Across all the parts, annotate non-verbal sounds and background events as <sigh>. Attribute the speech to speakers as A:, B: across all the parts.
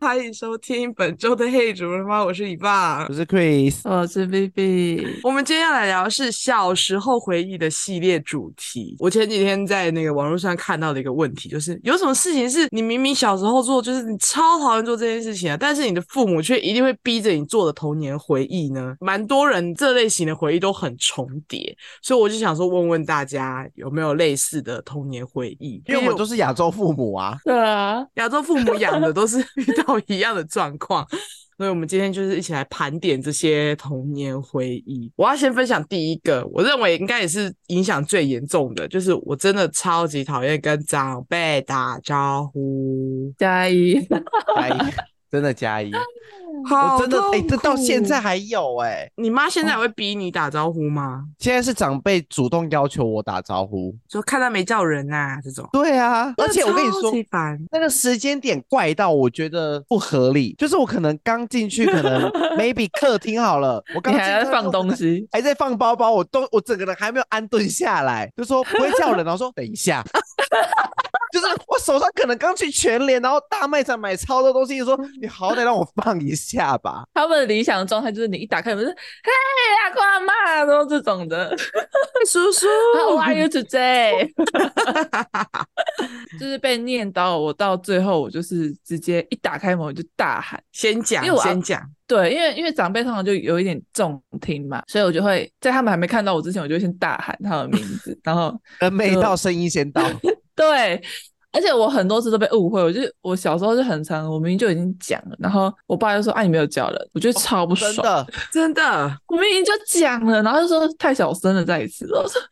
A: 欢迎收听本周的《嘿主人吗》，我是以爸
B: 我。是 Chris，
C: 我是 B B，
A: 我们今天要来聊的是小时候回忆的系列主题。我前几天在那个网络上看到的一个问题，就是有什么事情是你明明小时候做，就是你超讨厌做这件事情啊，但是你的父母却一定会逼着你做的童年回忆呢？蛮多人这类型的回忆都很重叠，所以我就想说问问大家有没有类似的童年回忆？
B: 因为我们都是亚洲父母啊，
C: 对啊，
A: 亚洲父母养的都是 <laughs> 遇到一样的状况，所以我们今天就是一起来盘点这些童年回忆。我要先分享第一个，我认为应该也是影响最严重的，就是我真的超级讨厌跟长辈打招呼，
C: 加一，
B: 加一，真的加一，
A: 好
B: 我真的哎、
A: 痛
B: 这到
A: 苦
B: 现在，还有哎、
A: 你妈现在还会逼你打招呼吗？
B: 现在是长辈主动要求我打招呼，
A: 说看到没叫人呐、这种。
B: 对啊，而且我跟你
A: 超
B: 说。
A: 级烦， <laughs>
B: 那个时间点怪到我觉得不合理，就是我可能刚进去，可能 maybe 客厅好了，我刚
C: 你
B: 进客
C: 还在
B: 厅
C: 放东，西，
B: 还在放包包，我都我整个人还没有安顿下来，就说不会叫人，然后哦说等一下，就是我手上可能刚去全联，然后大卖场买超多东西，就说你好歹让我放一下吧。
C: 他们的理想状态就是你一打开门就是，嘿，阿公阿妈，然后这种的 <laughs>
A: 叔叔，
C: ，How are you today？就是被念叨，我到最后我就是直接一打开门我就大喊。
A: 先讲
C: 因为，我
A: 先讲，
C: 对，因为因为长辈通常就有一点重听嘛，所以我就会在他们还没看到我之前，我就会先大喊他的名字，然后
B: 人没呃到，声音
A: <laughs>
B: 先到。
C: 对，而且我很多次都被误会，我就我小时候就很常，我明明就已经讲了，然后我爸就说啊你没有叫人，我觉得超不爽，
B: 真的，
A: 真的，
C: 我明明就讲了，然后就说太小声了，再一次， <laughs> 我说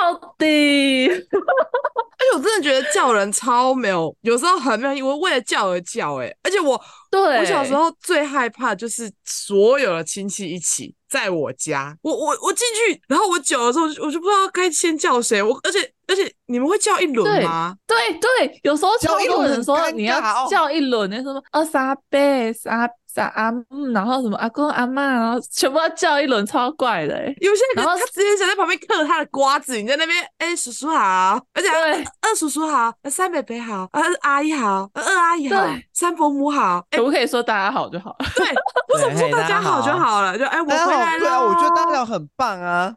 C: 到底，
A: 而且我真的觉得叫人超没有，有时候很没有意义，我为了叫而叫、欸，而且我
C: <laughs> 对，
A: 我小时候最害怕就是所有的亲戚一起在我家，我我我进去，然后我久了之后我就我就不知道该先叫谁，我而且而且你们会叫一轮
C: 对
A: 吗？
C: 对对，有时候
B: 叫
C: 超
B: 一
C: 多
B: 轮
C: 人
B: 很
C: 说
B: 尴
C: 你要
B: 尬哦
C: 叫一轮，那什么二三贝、三三阿嗯，然后什么阿公阿妈，然后全部要叫一轮，超怪的、欸。
A: 有些人
C: 然后
A: 他直接想在旁边嗑他的瓜子，你在那边，哎、叔叔好，而且
B: 啊
A: 还
B: 哎
C: 对，
A: 二叔叔好，呃三伯伯好，呃阿姨好，呃二阿姨好
C: 对，
A: 三伯母好，哎、
C: 可不可以说大家好就好？
A: 对，为什么说
B: 嘿
A: 大家好就
B: 大家好
A: 好了？就哎、我回
B: 大家好
A: 来，了，
B: 对啊，我觉得大家很棒啊。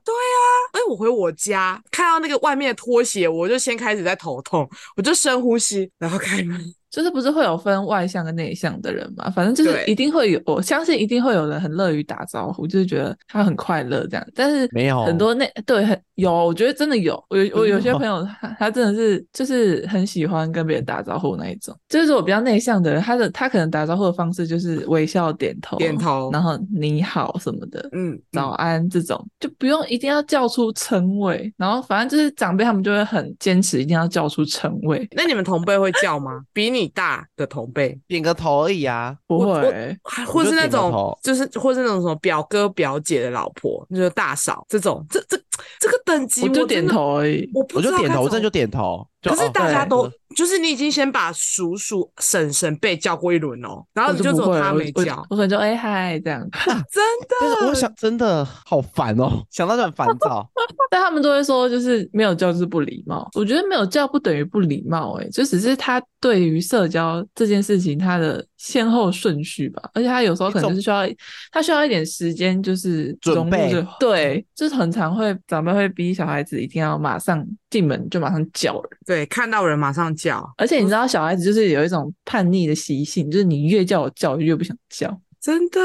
A: 哎，我回我家看到那个外面的拖鞋，我就先开始在头痛，我就深呼吸，然后开嗯门。
C: 就是不是会有分外向跟内向的人嘛？反正就是
A: 对
C: 一定会有，我相信一定会有人很乐于打招呼，就是觉得他很快乐这样。但是
B: 没有
C: 很多内对很有，我觉得真的有。我有我有些
B: 真的哦
C: 朋友他他真的是就是很喜欢跟别人打招呼那一种。就是我比较内向的人，他的他可能打招呼的方式就是微笑、点头、
A: 点头
C: 然后你好什么的。
A: 嗯，
C: 早安这种就不用一定要叫出称谓，然后反正就是长辈他们就会很坚持一定要叫出称谓，
A: 那你们同辈会叫吗？比你大的同辈，
B: 点个头而已啊。
C: 不
A: 我我
C: 会。欸
A: 还
B: 我
A: 或
B: 就是
A: 那
B: 点个
A: 种
B: 头
A: 就是或是那种什么表哥表姐的老婆，就是大嫂这种，这这这个等级
C: 我就
A: 真
C: 点
A: 的，
C: 头而已。
A: 我不
B: 我
A: 知
B: 就
A: 道
B: 点
A: 该
B: 头，我
A: 怎
B: 真
A: 么
B: 的就点头。就
A: 可是
B: 哦
A: 大家
C: 对
A: 都就是你已经先把叔叔、婶婶被叫过一轮哦，然后
C: 我
A: 你就
C: 不
A: 走
C: 会
A: 他
C: 我
A: 没
C: 我
A: 叫，
C: 我可能就哎嗨
A: <laughs>
C: 这样，
A: 真的。
B: 但是我想，真的好烦
A: <laughs>
B: 哦，想到就很烦躁。
C: 但他们都会说就是没有叫就是不礼貌。我觉得没有叫不等于不礼貌、欸，就只是他对于社交这件事情他的先后顺序吧，而且他有时候可能就是需要他需要一点时间，就是
B: 准
C: 融入
B: 备
C: 这对，就是很常会长辈会逼小孩子一定要马上进门就马上叫人，
A: 对，看到人马上叫，
C: 而且你知道小孩子就是有一种叛逆的习性，就是你越叫我叫我越不想叫。
A: 真的，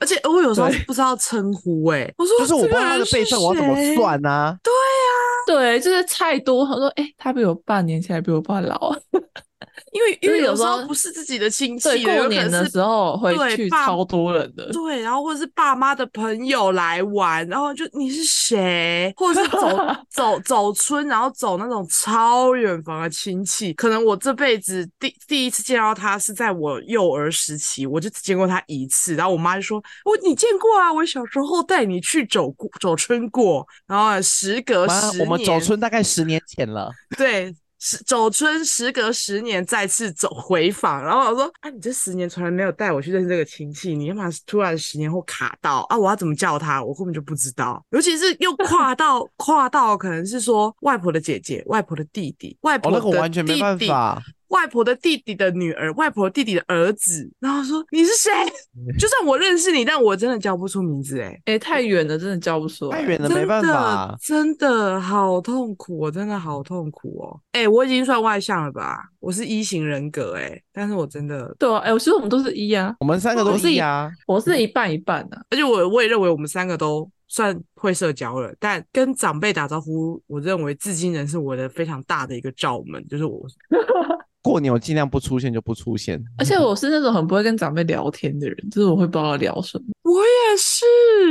A: 而且我有时候
C: 对
A: 是不知道称呼哎、我说
B: 就是我
A: 这
B: 不知
A: 个
B: 道他
A: 人
B: 的
A: 是
B: 辈分我要怎么
A: 谁
B: 算啊？
C: 对，就是太多。他说：“哎、他比我爸年轻，还比我爸老。啊
A: 因为因
C: 就是
A: 为有
C: 有
A: 时
C: 时
A: 候
C: 候
A: 不是自己的亲”戚
C: 对，
A: 了，有
C: 过
A: 可
C: 年
A: 能
C: 的
A: 是
C: 时候回
A: 对
C: 去
A: 爸
C: 超多人的。
A: 对，然后或者是爸妈的朋友来玩，然后就你是谁，或者是走
B: <laughs>
A: 走走村，然后走那种超远房的亲戚。可能我这辈子第第一次见到他是在我幼儿时期，我就只见过他一次。然后我妈就说：“我你见过啊，我小时候带你去走过走村过。”然后啊时隔
B: 妈
A: 十，
B: 我们走
A: 年
B: 村大概十年前了，
A: 对，时走春时隔十年再次走回访，然后我说啊，你这十年从来没有带我去认识这个亲戚，你干嘛突然十年后卡到啊？我要怎么叫他？我根本就不知道，尤其是又跨
B: <laughs>
A: 到跨到可能是说外婆的姐姐、外婆的弟弟、外
B: 哦，
A: 婆
B: 那个我
A: 的
B: 完全没
A: 弟
B: 办
A: 弟。
B: 法。
A: 外婆的弟弟的女儿，外婆弟弟的儿子，然后说你是谁？ <laughs> 就算我认识你，但我真的叫不出名字哎、
C: 哎、太远了，真的叫不出来。
B: 太远了，
A: 真
B: 没
A: 的
B: 办法。啊
A: 真的好痛苦哦，真的好痛苦哦。哎、我已经算外向了吧？我是一型人格哎、但是我真的，
C: 对啊，哎、我其实我们都是一啊，
B: 我们三个都啊
C: 我是
B: 是
C: 以
B: 呀，
C: 我是一半一半啊。
A: 而且我我也认为我们三个都算会社交了，但跟长辈打招呼，我认为至今仍是我的非常大的一个罩门，就是我
B: 过年我尽量不出现就不出现。
C: 而且我是那种很不会跟长辈聊天的人，就是我会不知道聊什么。
A: 我也是，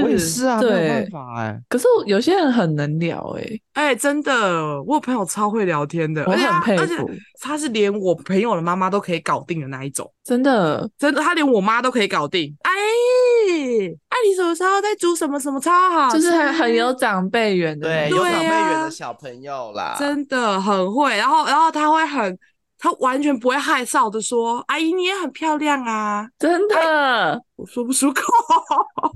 B: 我也是啊，没有办
C: 对
B: 法哎。
C: 可是有些人很能聊、欸，
A: 哎、真的，我有朋友超会聊天的，
C: 我
A: 而且
C: 很
A: 他
C: 佩
A: 哎而且
C: 服，
A: 他是连我朋友的妈妈都可以搞定的那一种，
C: 真的。
A: 真的，他连我妈都可以搞定。哎，哎，你什么时候在煮什么什么超好
C: 就
A: 吃，
C: 是很很有长辈缘的那
B: 哎对，
C: 种，
B: 有
A: 对
B: 长辈
A: 啊
B: 缘的小朋友啦，
A: 真的很会。然后，然后他会很，他完全不会害臊的说：“阿姨，你也很漂亮啊。
C: 真的，”
A: 我说不出口，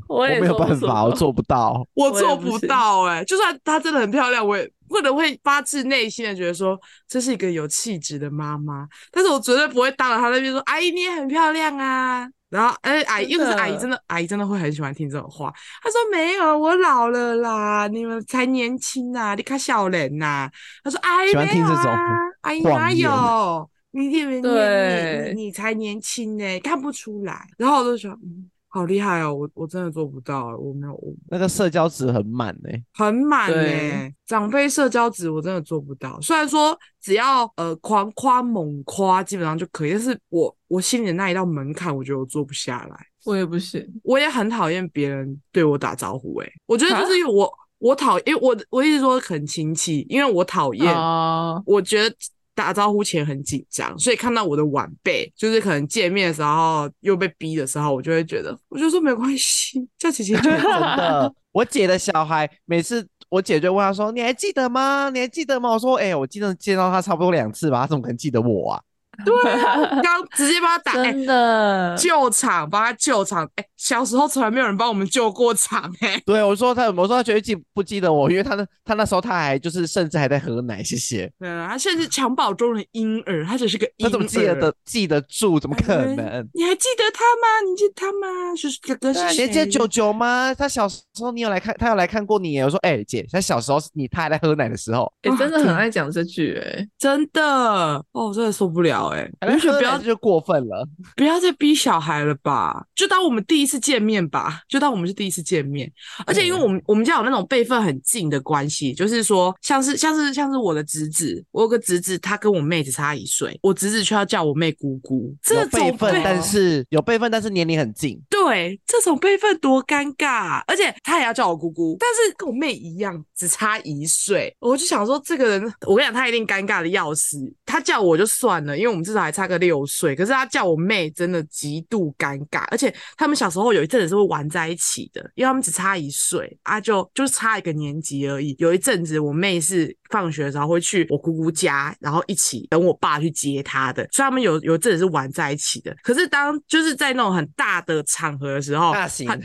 C: 我
B: 我
C: 也
B: 没有
C: 说不
B: 办
C: 出
B: 法，我
C: 口
B: 做不到。
A: 我
C: 我也
A: 做
C: 不
A: 不
C: 是
A: 到、哎，就算她真的很漂亮，我也或者会发自内心的觉得说这是一个有气质的妈妈，但是我绝对不会当着她那边说：“阿姨，你也很漂亮啊。”然后，哎、阿姨，
C: 真
A: 又是阿姨，
C: 的
A: 真的，阿姨真的会很喜欢听这种话。她说：“没有，我老了啦，你们才年轻呐、你看小人呐。”她说：“阿姨
B: 喜欢
A: 没
B: 听
A: 有
B: 这种
A: 啊，阿姨
B: 谎
A: 哪
B: 言
A: 有？你你你你
C: 对
A: 你才年轻呢、看不出来。”然后我就想，嗯，好厉害哦，我我真的做不到、我没有，我
B: 那个社交值很满 <laughs> 哎、
A: 很满呢、
C: 对
A: 长辈社交值我真的做不到。虽然说只要呃狂夸猛夸基本上就可以，但是我我心里的那一道门槛，我觉得我做不下来。
C: 我也不行。
A: 我也很讨厌别人对我打招呼、欸，我觉得就
C: 啊
A: 是因为我我讨厌我我一直说很亲戚，因为我讨厌
C: 哦，
A: 我觉得打招呼前很紧张，所以看到我的晚辈，就是可能见面的时候又被逼的时候，我就会觉得，我就说没关系，叫姐姐就好。
B: 真的，我姐的小孩每次我姐就问她说：“你还记得吗？你还记得吗？”我说：“哎、我记得见到她差不多两次吧，她怎么可能记得我啊
C: <laughs>
A: 刚直接把他打，哎
C: 真的，
A: 救场，帮他救场。哎、小时候从来没有人帮我们救过场、哎，？”
B: 对，我说她，我说她绝对记不记得我，因为她那她那时候她还就是甚至还在喝奶，谢谢，
A: 嗯，他甚至襁褓中的婴儿，他只是个婴
B: 她
A: 儿。
B: 怎么记得的记得住？怎么可
A: 哎
B: 能？
A: 你还记得他吗？你记得他吗？叔叔哥哥
B: 对啊
A: 是
B: 你
A: 谁？
B: 还记得九九吗？她小时候你有来看，她有来看过你耶。我说：“哎、姐，她小时候是你她还在喝奶的时候，
C: 也、哎真的
A: 哇
C: 很
A: 对
C: 爱讲这句、欸，
A: 真的哦，我真的受不了哎、
B: 还
A: 我
B: 在
A: 就觉得
B: 喝
A: 不
B: 奶
A: 要
B: 这就过分了。”
A: 不要再逼小孩了吧，就当我们第一次见面吧，就当我们是第一次见面。而且因
B: 嗯
A: 为我们我们家有那种辈分很近的关系，就是说像是像是像是我的侄子，我有个侄子，他跟我妹只差一岁，我侄子却要叫我妹姑姑，这
B: 有
A: 种
B: 辈分，但
C: 哦
B: 是有辈分，但是年龄很近。
A: 对这种辈分多尴尬啊、而且他也要叫我姑姑，但是跟我妹一样，只差一岁。我就想说，这个人，我跟你讲，他一定尴尬的要死。他叫我就算了，因为我们至少还差个六岁，可是他叫我妹，真的极度尴尬。而且他们小时候有一阵子是会玩在一起的，因为他们只差一岁啊就，就差一个年级而已。有一阵子我妹是放学的时候会去我姑姑家，然后一起等我爸去接她的，所以他们有有一阵子是玩在一起的。可是当就是在那种很大的场合的时候，
B: 大型
A: 她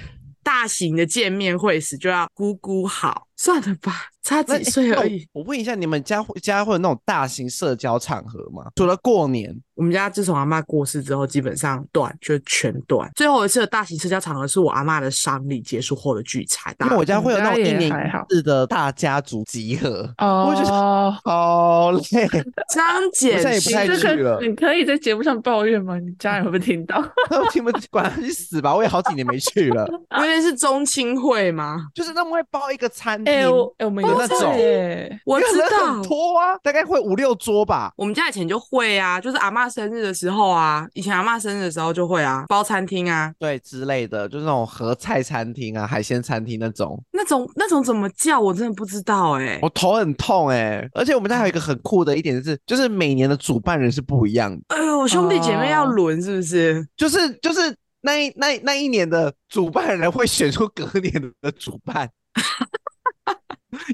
A: 大型的见面会时就要姑姑好，算了吧，差
B: 那
A: 几岁
B: 那
A: 而
B: 我
A: 已。
B: 我问一下，你们家会家会有那种大型社交场合吗？除了过年，
A: 我们家自从阿妈过世之后，基本上断就全断。最后一次的大型社交场合是我阿妈的丧礼结束后的聚餐，
B: 因为我家
C: 你
B: 会有
C: 家
B: 那种一
C: 也
B: 年
C: 还好
B: 一次的大家族集合，
C: 哎，哦，
B: 我觉好累， <laughs>
A: 张姐
B: 现在也不 <laughs> 太
A: 是
C: 这
B: 去了
C: 个你可以在节目上抱怨吗？你家人会不会听到？
B: 你们管他去死吧！我也好几年没去了，
A: 有点是中青会吗？
B: 就是他们会包一个餐厅，
C: <laughs> 哎、我哎、我们
B: 有
C: 有
B: 那种
A: 我
B: 因为
A: 知
B: 人
A: 道
B: 很，多啊，大概会五六桌吧。
A: 我们家以前就会啊，就是阿嬷生日的时候啊，以前阿嬷生日的时候就会啊，包餐厅啊，
B: 对，之类的，就是那种合菜餐厅啊、海鲜餐厅那种，
A: 那种那种怎么叫我真的不知道哎、
B: 我头很痛哎、而且我们家还有一个很酷的一点是，就是每年的主办人是不一样的。
A: 哎呦，兄弟姐妹要
B: 啊
C: 哦
A: 轮是不是？
B: 就是就是那一那一那一年的主办人会选出隔年的主办，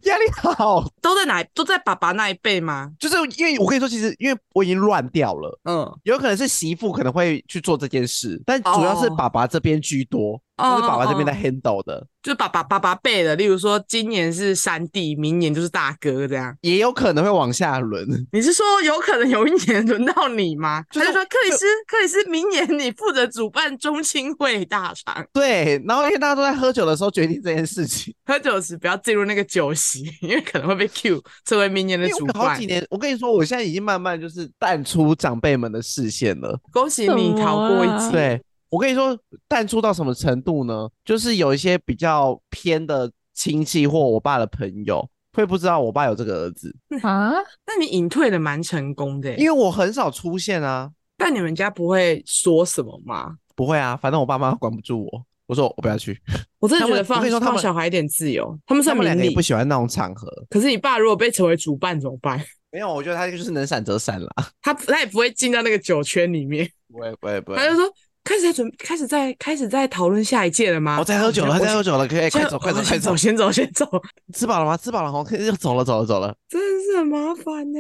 B: 压力好。
A: 都在哪？都在爸爸那一辈吗？
B: 就是因为我跟你说，其实因为我已经乱掉了，
A: 嗯，
B: 有可能是媳妇可能会去做这件事，但主要是
A: 哦
B: 爸爸这边居多。都
A: 哦
B: 是爸爸这边
A: 哦
B: 在 handle 的，
A: 就爸爸爸爸辈的，例如说今年是三弟，明年就是大哥这样。
B: 也有可能会往下轮。
A: 你是说有可能有一年轮到你吗？
B: 就
A: 他
B: 是
A: 就
B: 我
A: 说克里斯，克里斯，明年你负责主办中青会大场，
B: 对，然后因为大家都在喝酒的时候决定这件事情。
A: 喝酒时不要进入那个酒席， <laughs> 因为可能会被 Q 成为明年的
B: 因为
A: 主
B: 我好
A: 办
B: 几。年，我跟你说，我现在已经慢慢就是淡出长辈们的视线了。
A: 恭喜你逃过一
C: 什么啊
A: 劫。
B: 对，我跟你说，淡出到什么程度呢？就是有一些比较偏的亲戚或我爸的朋友会不知道我爸有这个儿子，
C: 啊，
A: 那你隐退的蛮成功的耶，
B: 因为我很少出现啊。
A: 但你们家不会说什么吗？
B: 不会啊，反正我爸妈管不住我。我说我不要去，
A: 我真的觉得
B: 他们我
A: 放
B: 跟你说他
A: 放
B: 们
A: 小孩一点自由，他们
B: 他
A: 算
B: 们两
A: 明
B: 个也
A: 理
B: 不。喜欢那种场合。
A: 可是你爸如果被成为主办怎么办？
B: 没有，我觉得他就是能闪则闪啦。
A: 他他也不会进到那个酒圈里面，
B: 不会不会不
A: 他就说开始在准开始在开始在讨论下一届了吗？
B: 啊哦我在喝酒了，
A: 我
B: 他
A: 先
B: 在喝酒了，可以
A: 我先
B: 快走快走
A: 我
B: 快
A: 先
B: 走
A: 走，先走先走，
B: 吃饱了吗？吃饱了，我可以哎又走了走了走了，
A: 真的是很麻烦呢，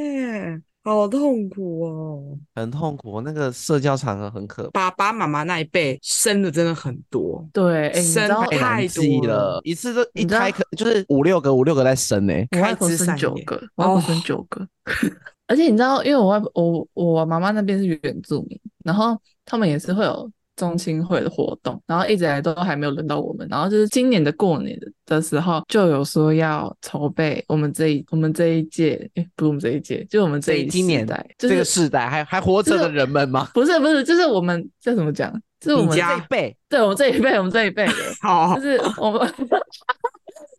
A: 好痛苦哦。
B: 很痛苦。那个社交场合很可
A: 爸
B: 怕，
A: 爸妈妈那一辈生的真的很多，
C: 对，哎、你知
A: 生
C: 道
A: 太
B: 太难
A: 多
B: 记
A: 了
B: 了，一次都一
C: 你知道
B: 开可就是五六个五六个在生欸呢、
C: 我外婆
A: 开枝
C: 生
A: 散
C: 九
A: 叶
C: 个，我外婆生 <laughs>
A: 哦
C: 九个。而且你知道，因为我外婆我我妈妈那边是原住民，然后他们也是会有中青会的活动，然后一直以来都还没有轮到我们。然后就是今年的过年的的时候，就有说要筹备我们这一我们这一届，诶、不是我们这一届，就我们这
B: 这
C: 一
B: 今
C: 世
B: 年
C: 代，就
B: 这
C: 是
B: 个世代还还活着的人们吗？
C: 不是不是，就是我们这怎么讲？就是我
A: 你
C: 们
A: 家
C: 这
B: 这一辈
C: 对我们这一辈，我们这一辈的。
A: 好，
B: 哦
C: 就，是我们 <laughs>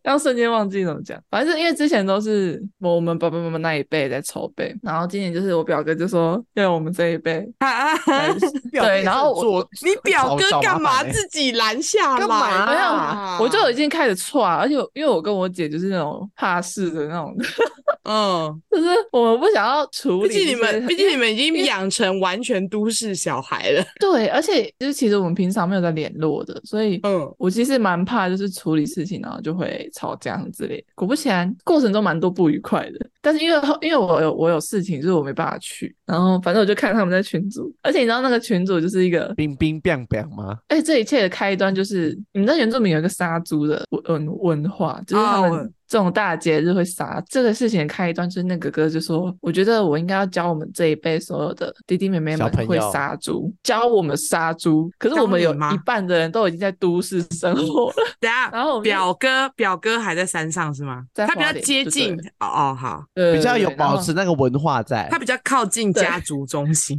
C: 刚瞬间忘记怎么讲，反正是因为之前都是我们爸爸妈妈那一辈在筹备，然后今年就是我表哥就说要我们这一辈
A: 啊
B: 来
A: 啊
B: 表弟
C: 然后我
B: 是做
A: 你表
B: 找
A: 哥
B: 找麻
A: 干嘛
B: 烦欸
A: 自己拦下来？
B: 干嘛
C: 没有
B: 啊
C: 我就已经开始错啊，而且因为我跟我姐就是那种怕事的那种， <laughs>
A: 嗯，
C: 就是我们不想要处
A: 毕
C: 理
A: 竟
C: 这
A: 你
C: 些，
B: 哎
A: 们毕竟你们已经养成完全都市小孩了，
C: 对，而且就是其实我们平常没有在联络的，所以
A: 嗯。
C: 我其实蛮怕，就是处理事情然后就会吵架什么之类的。果不其然，过程中蛮多不愉快的。但是因为后因为我有我有事情，就是我没办法去。然后反正我就看他们在群组，而且你知道那个群组就是一个，
B: 冰冰冰冰吗？
C: 哎、这一切的开端就是你们知道原住民有一个杀猪的文文文化，就是他
A: 啊我
C: 们这种大节日会杀。这个事情的开端就是那个哥就说，我觉得我应该要教我们这一辈所有的弟弟妹妹
B: 小
C: 们
B: 朋
C: 会
B: 友
C: 杀猪，教我们杀猪。可是
A: 教
C: 我们
A: 你
C: 有
A: 吗
C: 一半的人都已经在都市生活了。
A: 等下，
C: 然后我们就
A: 表哥表哥还在山上是吗？
C: 在
A: 他比
C: 花
A: 较
C: 莲
A: 接
C: 就对
A: 近
C: 了
A: 哦哦好，
C: 对
B: 比较有
C: 对然后
B: 保持那个文化在
A: 他。比较靠近
C: 对
A: 家族中
C: <laughs>
A: 心。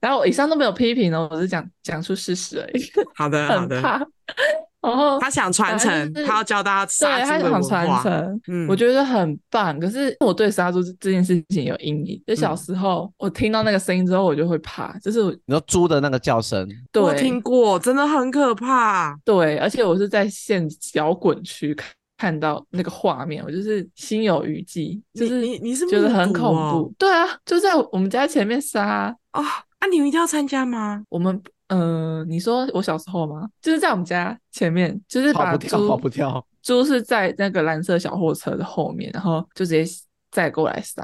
C: 然后我以上都没有批评哦，我是讲讲出事实而已，
A: 好的好
C: 很
A: 的，
C: 怕。然后
A: 啊他想传
C: 反
A: 承
C: 正，就是
A: 他要教大家
C: 对
A: 杀
C: 他
A: 猪的
C: 想
A: 文
C: 传
A: 化。
C: 承，
A: 嗯
C: 我觉得很棒。可是我对杀猪这件事情有阴影，就小
A: 嗯
C: 时候我听到那个声音之后，我就会怕，就是我
B: 你说猪的那个叫声，
A: 我
C: 对
A: 听过，真的很可怕。
C: 对，而且我是在现摇滚区看看到那个画面，我就是心有余悸，就
A: 你
C: 是
A: 你你是
C: 觉得
A: 目
C: 很
A: 睹
C: 恐
A: 哦
C: 怖。对啊，就在我们家前面杀啊、
A: 啊、啊，你们一定要参加吗？
C: 我们呃，你说我小时候吗？就是在我们家前面，就是
B: 跑
C: 把
B: 不掉
C: 猪
B: 跑不掉，
C: 猪是在那个蓝色小货车的后面，然后就直接载过来杀。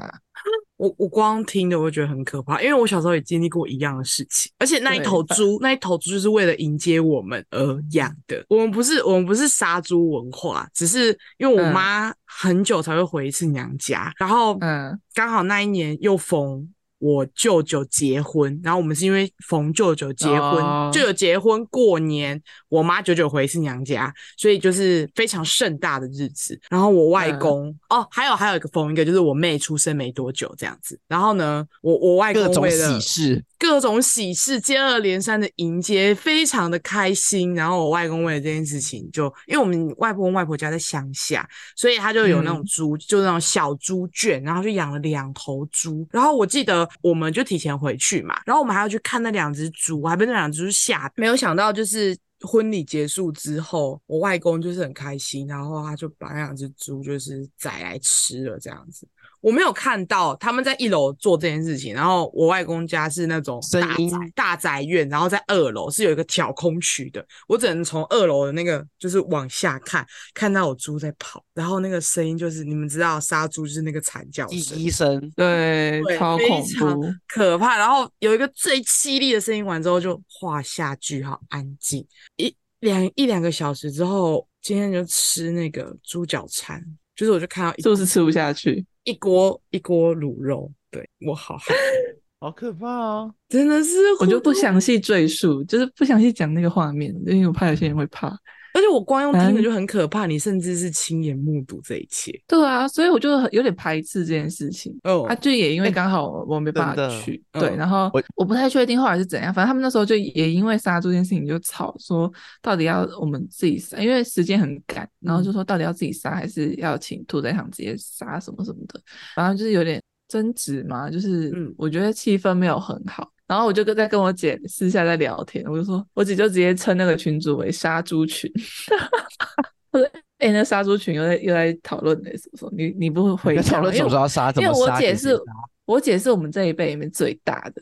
A: 我我光听的我就觉得很可怕，因为我小时候也经历过一样的事情，而且那一
C: 对
A: 头
C: 反
A: 猪，那一头猪就是为了迎接我们而养的。我们不是我们不是杀猪文化，只是因为我
C: 嗯
A: 妈很久才会回一次娘家，然后
C: 嗯
A: 刚好那一年又逢我舅舅结婚，然后我们是因为逢舅舅结婚，
C: 哦
A: 舅舅结婚过年，我妈久久回一次娘家，所以就是非常盛大的日子。然后我外
C: 嗯
A: 公、哦，还有还有一个逢一个就是我妹出生没多久这样子。然后呢，我我外公
B: 各种
A: 为了
B: 喜事，
A: 各种喜事接二连三的迎接，非常的开心。然后我外公为了这件事情就，因为我们外婆跟外婆家在乡下，所以他就有那种
C: 嗯
A: 猪，就那种小猪圈，然后就养了两头猪。然后我记得我们就提前回去嘛，然后我们还要去看那两只猪，还被那两只猪吓。没有想到就是。婚礼结束之后，我外公就是很开心，然后他就把那两只猪就是宰来吃了这样子。我没有看到他们在一楼做这件事情，然后我外公家是那种
B: 声
A: 大
B: 音
A: 宅大宅院，然后在二楼是有一个挑空区的，我只能从二楼的那个就是往下看，看到有猪在跑，然后那个声音就是你们知道杀猪就是那个惨叫声，
B: 医生，
C: 对，
A: 对
C: 超
A: 非
C: 恐
A: 常
C: 怖。
A: 可怕。然后有一个最凄厉的声音完之后就画下句号，安静。一两一两个小时之后，今天就吃那个猪脚餐，就是我就看到一
C: 是不是吃不下去？
A: 一锅一锅卤肉，对我好害怕
B: 好可怕哦！
A: 真的是
C: 我就不
A: 想。
C: 详细赘述，就是不详细讲那个画面，因为我怕有些人会怕。
A: 而且我光用听
C: 反
A: 的
C: 正
A: 就很可怕，你甚至是亲眼目睹这一切。
C: 对啊，所以我就很有点排斥这件事情。
A: 哦
C: 啊，就也因为刚好我没办
B: 哎真
C: 法
B: 的
C: 去，
A: 嗯
C: 对，然后
B: 我
C: 我不太确定后来是怎样，反正他们那时候就也因为杀猪这件事情就吵说，到底要我们自己杀，因为时间很赶，然
B: 嗯
C: 后就说到底要自己杀还是要请屠宰场直接杀什么什么的，反正就是有点争执嘛，就是
A: 嗯
C: 我觉得气氛没有很好。然后我就跟在跟我姐私下在聊天，我就说，我姐就直接称那个群主为“杀猪群”， <laughs> 她说：“哎、那杀猪群又在又在讨论呢，什么什么，你你不会回
B: 你
C: 家
B: 要
C: 吗？
B: 讨论
C: 因
B: 什
C: 为
B: 么时候要杀，怎
C: 因为
B: 么
C: 我
B: 杀
C: 姐
B: 给啊谁
C: 是
B: 杀
C: 我姐是我们这一辈里面最大的，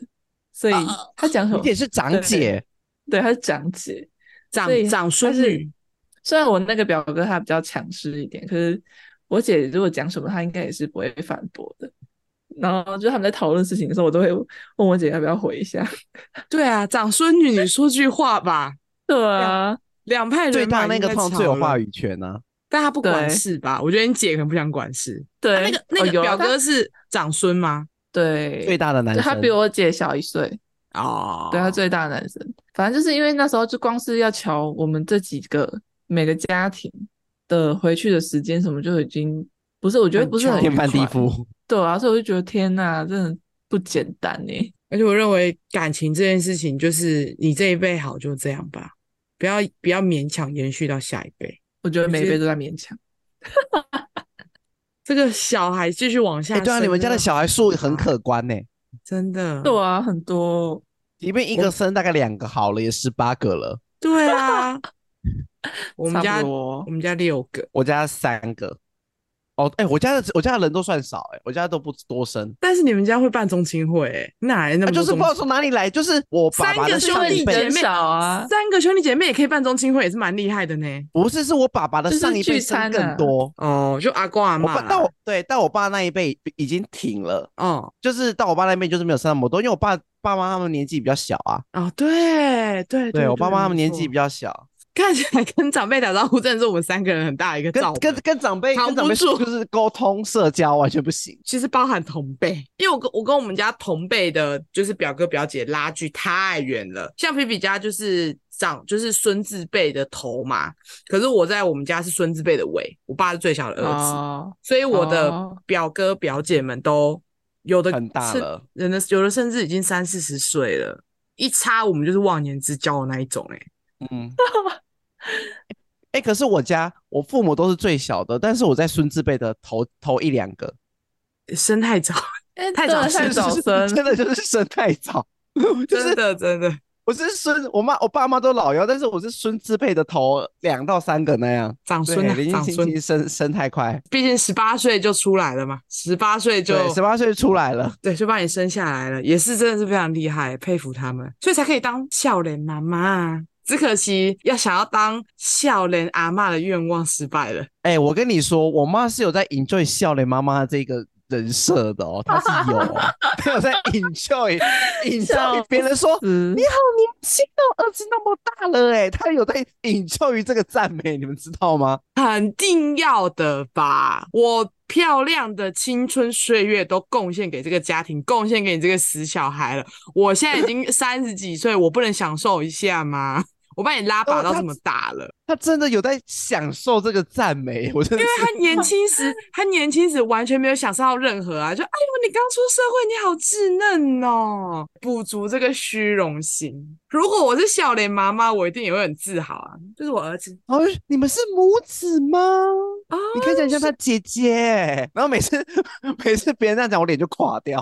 C: 所以
A: 嗯
C: 她讲什
B: 你
C: 么？
B: 姐是长
C: 对
B: 姐，
C: 对，她是长姐。
A: 长
C: 所以
A: 长孙
C: 她是
A: 女，
C: 虽然我那个表哥他比较强势一点，可是我姐如果讲什么，她应该也是不会反驳的。然后就他们在讨论事情的时候，我都会问我姐要不要回一下。 <laughs>
A: 对啊，长孙女，你说句话吧。
C: 对啊，
A: 两派人
B: 最
A: 马
B: 大那
A: 应
B: 个
A: 该
B: 通常
A: 吵
B: 最有话
A: 了，
B: 语权啊呢。
A: 但他不管
C: 对
A: 事吧？我觉得你姐可能不想管事。
C: 对，
A: 啊那个
C: 哦
A: 那个
C: 有
A: 表
C: 她
A: 哥是长孙吗？
C: 对
B: 最大的男
C: 就
B: 生，
C: 他比我姐小一岁，
A: 哦，
C: 对啊他最大的男生。反正就是因为那时候就光是要瞧我们这几个每个家庭的回去的时间什么，就已经不是，我觉得
A: 很
C: 不是很
A: 长
B: 天翻
C: 愉快
B: 地覆。
C: 对啊，所以我就觉得天呐，真的不简单呢。
A: 而且我认为感情这件事情，就是你这一辈好就这样吧，不要不要勉强延续到下一辈。
C: 我觉得每一
A: 有些
C: 辈都在勉强。
A: 这个小孩继续往下
B: 哎，
A: 生，
B: 对啊，你们家的小孩数很可观呢，
A: 真的，
C: 对啊，很多
B: 即便一个生大概两个好了，也十八个了。
A: 对
B: <laughs>
A: 啊，我们
C: 差
A: 家
C: 不多
A: 我们家六个，
B: 我家三个。哦，哎，我家的我家的人都算少，哎，我家都不多生。
A: 但是你们家会办中亲会、欸，哪来那么
B: 啊
A: 多
B: 就是
A: 中
B: 不
A: 亲？
B: 知道从哪里来，就是我爸
A: 三
B: 爸
A: 个
B: 的
A: 兄
B: 上一
A: 弟姐
B: 辈
A: 妹，
C: 很少啊
A: 三个兄弟姐妹也可以办中亲会，也是蛮厉害的呢。
B: 不是是我爸爸的
C: 就是
B: 上一辈
C: 聚
B: 生
C: 餐
B: 更
C: 啊
B: 多。
A: 哦，就阿公阿
B: 我
A: 妈啊
B: 爸
A: 啦，
B: 到对到我爸那一辈已经停了，
A: 哦
B: 就是到我爸那边就是没有生那么多，因为我爸爸妈他们年纪比较小啊，
A: 哦，对对
B: 对我爸妈他们年纪比
A: 较，
B: 较小，
A: 看起来跟长辈打招呼，真的是我们三个人很大一个
B: 跟
A: 照
B: 跟
A: 本
B: 跟长辈
A: 扛
B: 跟长
A: 不
B: 辈
A: 住
B: 就是沟通社交完全不行，
A: 其实包含同辈，因为我跟我跟我们家同辈的，就是表哥表姐拉距太远了。像皮皮家就是长就是孙字辈的头嘛，可是我在我们家是孙字辈的尾，我爸是最小的儿子，
C: 哦，
A: 所以我的
C: 哦
A: 表哥表姐们都有的
B: 很大
A: 甚
B: 了，
A: 人的有的甚至已经三四十岁了，一差我们就是忘年之交的那一种、欸，
B: 嗯。 <laughs> 哎、可是我家我父母都是最小的，但是我在孙字辈的头头一两个，
A: 生太早， <laughs>
C: 哎，
A: 太
C: 对
A: 早
C: 啊
A: 生
C: 太
B: 是
C: 早
B: 是 <laughs>
C: 生，
B: 真的就是生太早， <laughs> 就
A: 真
B: 是
A: 的真的
B: 我是孙，我妈我爸妈都老幺，但是我是孙字辈的头两到三个那样，
A: 长
B: 对
A: 孙啊，
B: 零零
A: 长
B: 星
A: 孙，
B: 星生生太快，
A: 毕竟十八岁就出来了嘛，十八岁就
B: 对，十八岁出来了。
A: 对，就把你生下来了，也是真的是非常厉害，佩服他们，所以才可以当笑脸妈妈啊。只可惜要想要当笑脸阿嬷的愿望失败了。
B: 哎、我跟你说，我妈是有在 enjoy 笑脸妈妈这个人设的哦，她是有、哦，她有在 <laughs>
A: <laughs>
B: enjoy
C: 笑
B: enjoy 别人说
C: 嗯
B: 你好年轻哦，儿子那么大了哎，她有在 enjoy 于这个赞美，你们知道吗？
A: 肯定要的吧！我漂亮的青春岁月都贡献给这个家庭，贡献给你这个死小孩了。我现在已经三十几岁，我不能享受一下吗？ <laughs> 我把你拉拔
B: 哦
A: 到
B: 他
A: 这么大了，
B: 她真的有在享受这个赞美，我真的
A: 因为
B: 是
A: 他年轻时，他年轻时完全没有享受到任何啊，就哎 <laughs> 呦，你刚出社会，你好稚嫩哦，补足这个虚荣心。如果我是笑脸妈妈，我一定也会很自豪啊，就是我儿子
B: 然后就你们是母子吗？
A: 啊，
B: 你看起来像她姐姐欸，然后每次 <laughs> 每次别人这样讲，我脸就垮
A: <laughs>
B: 掉，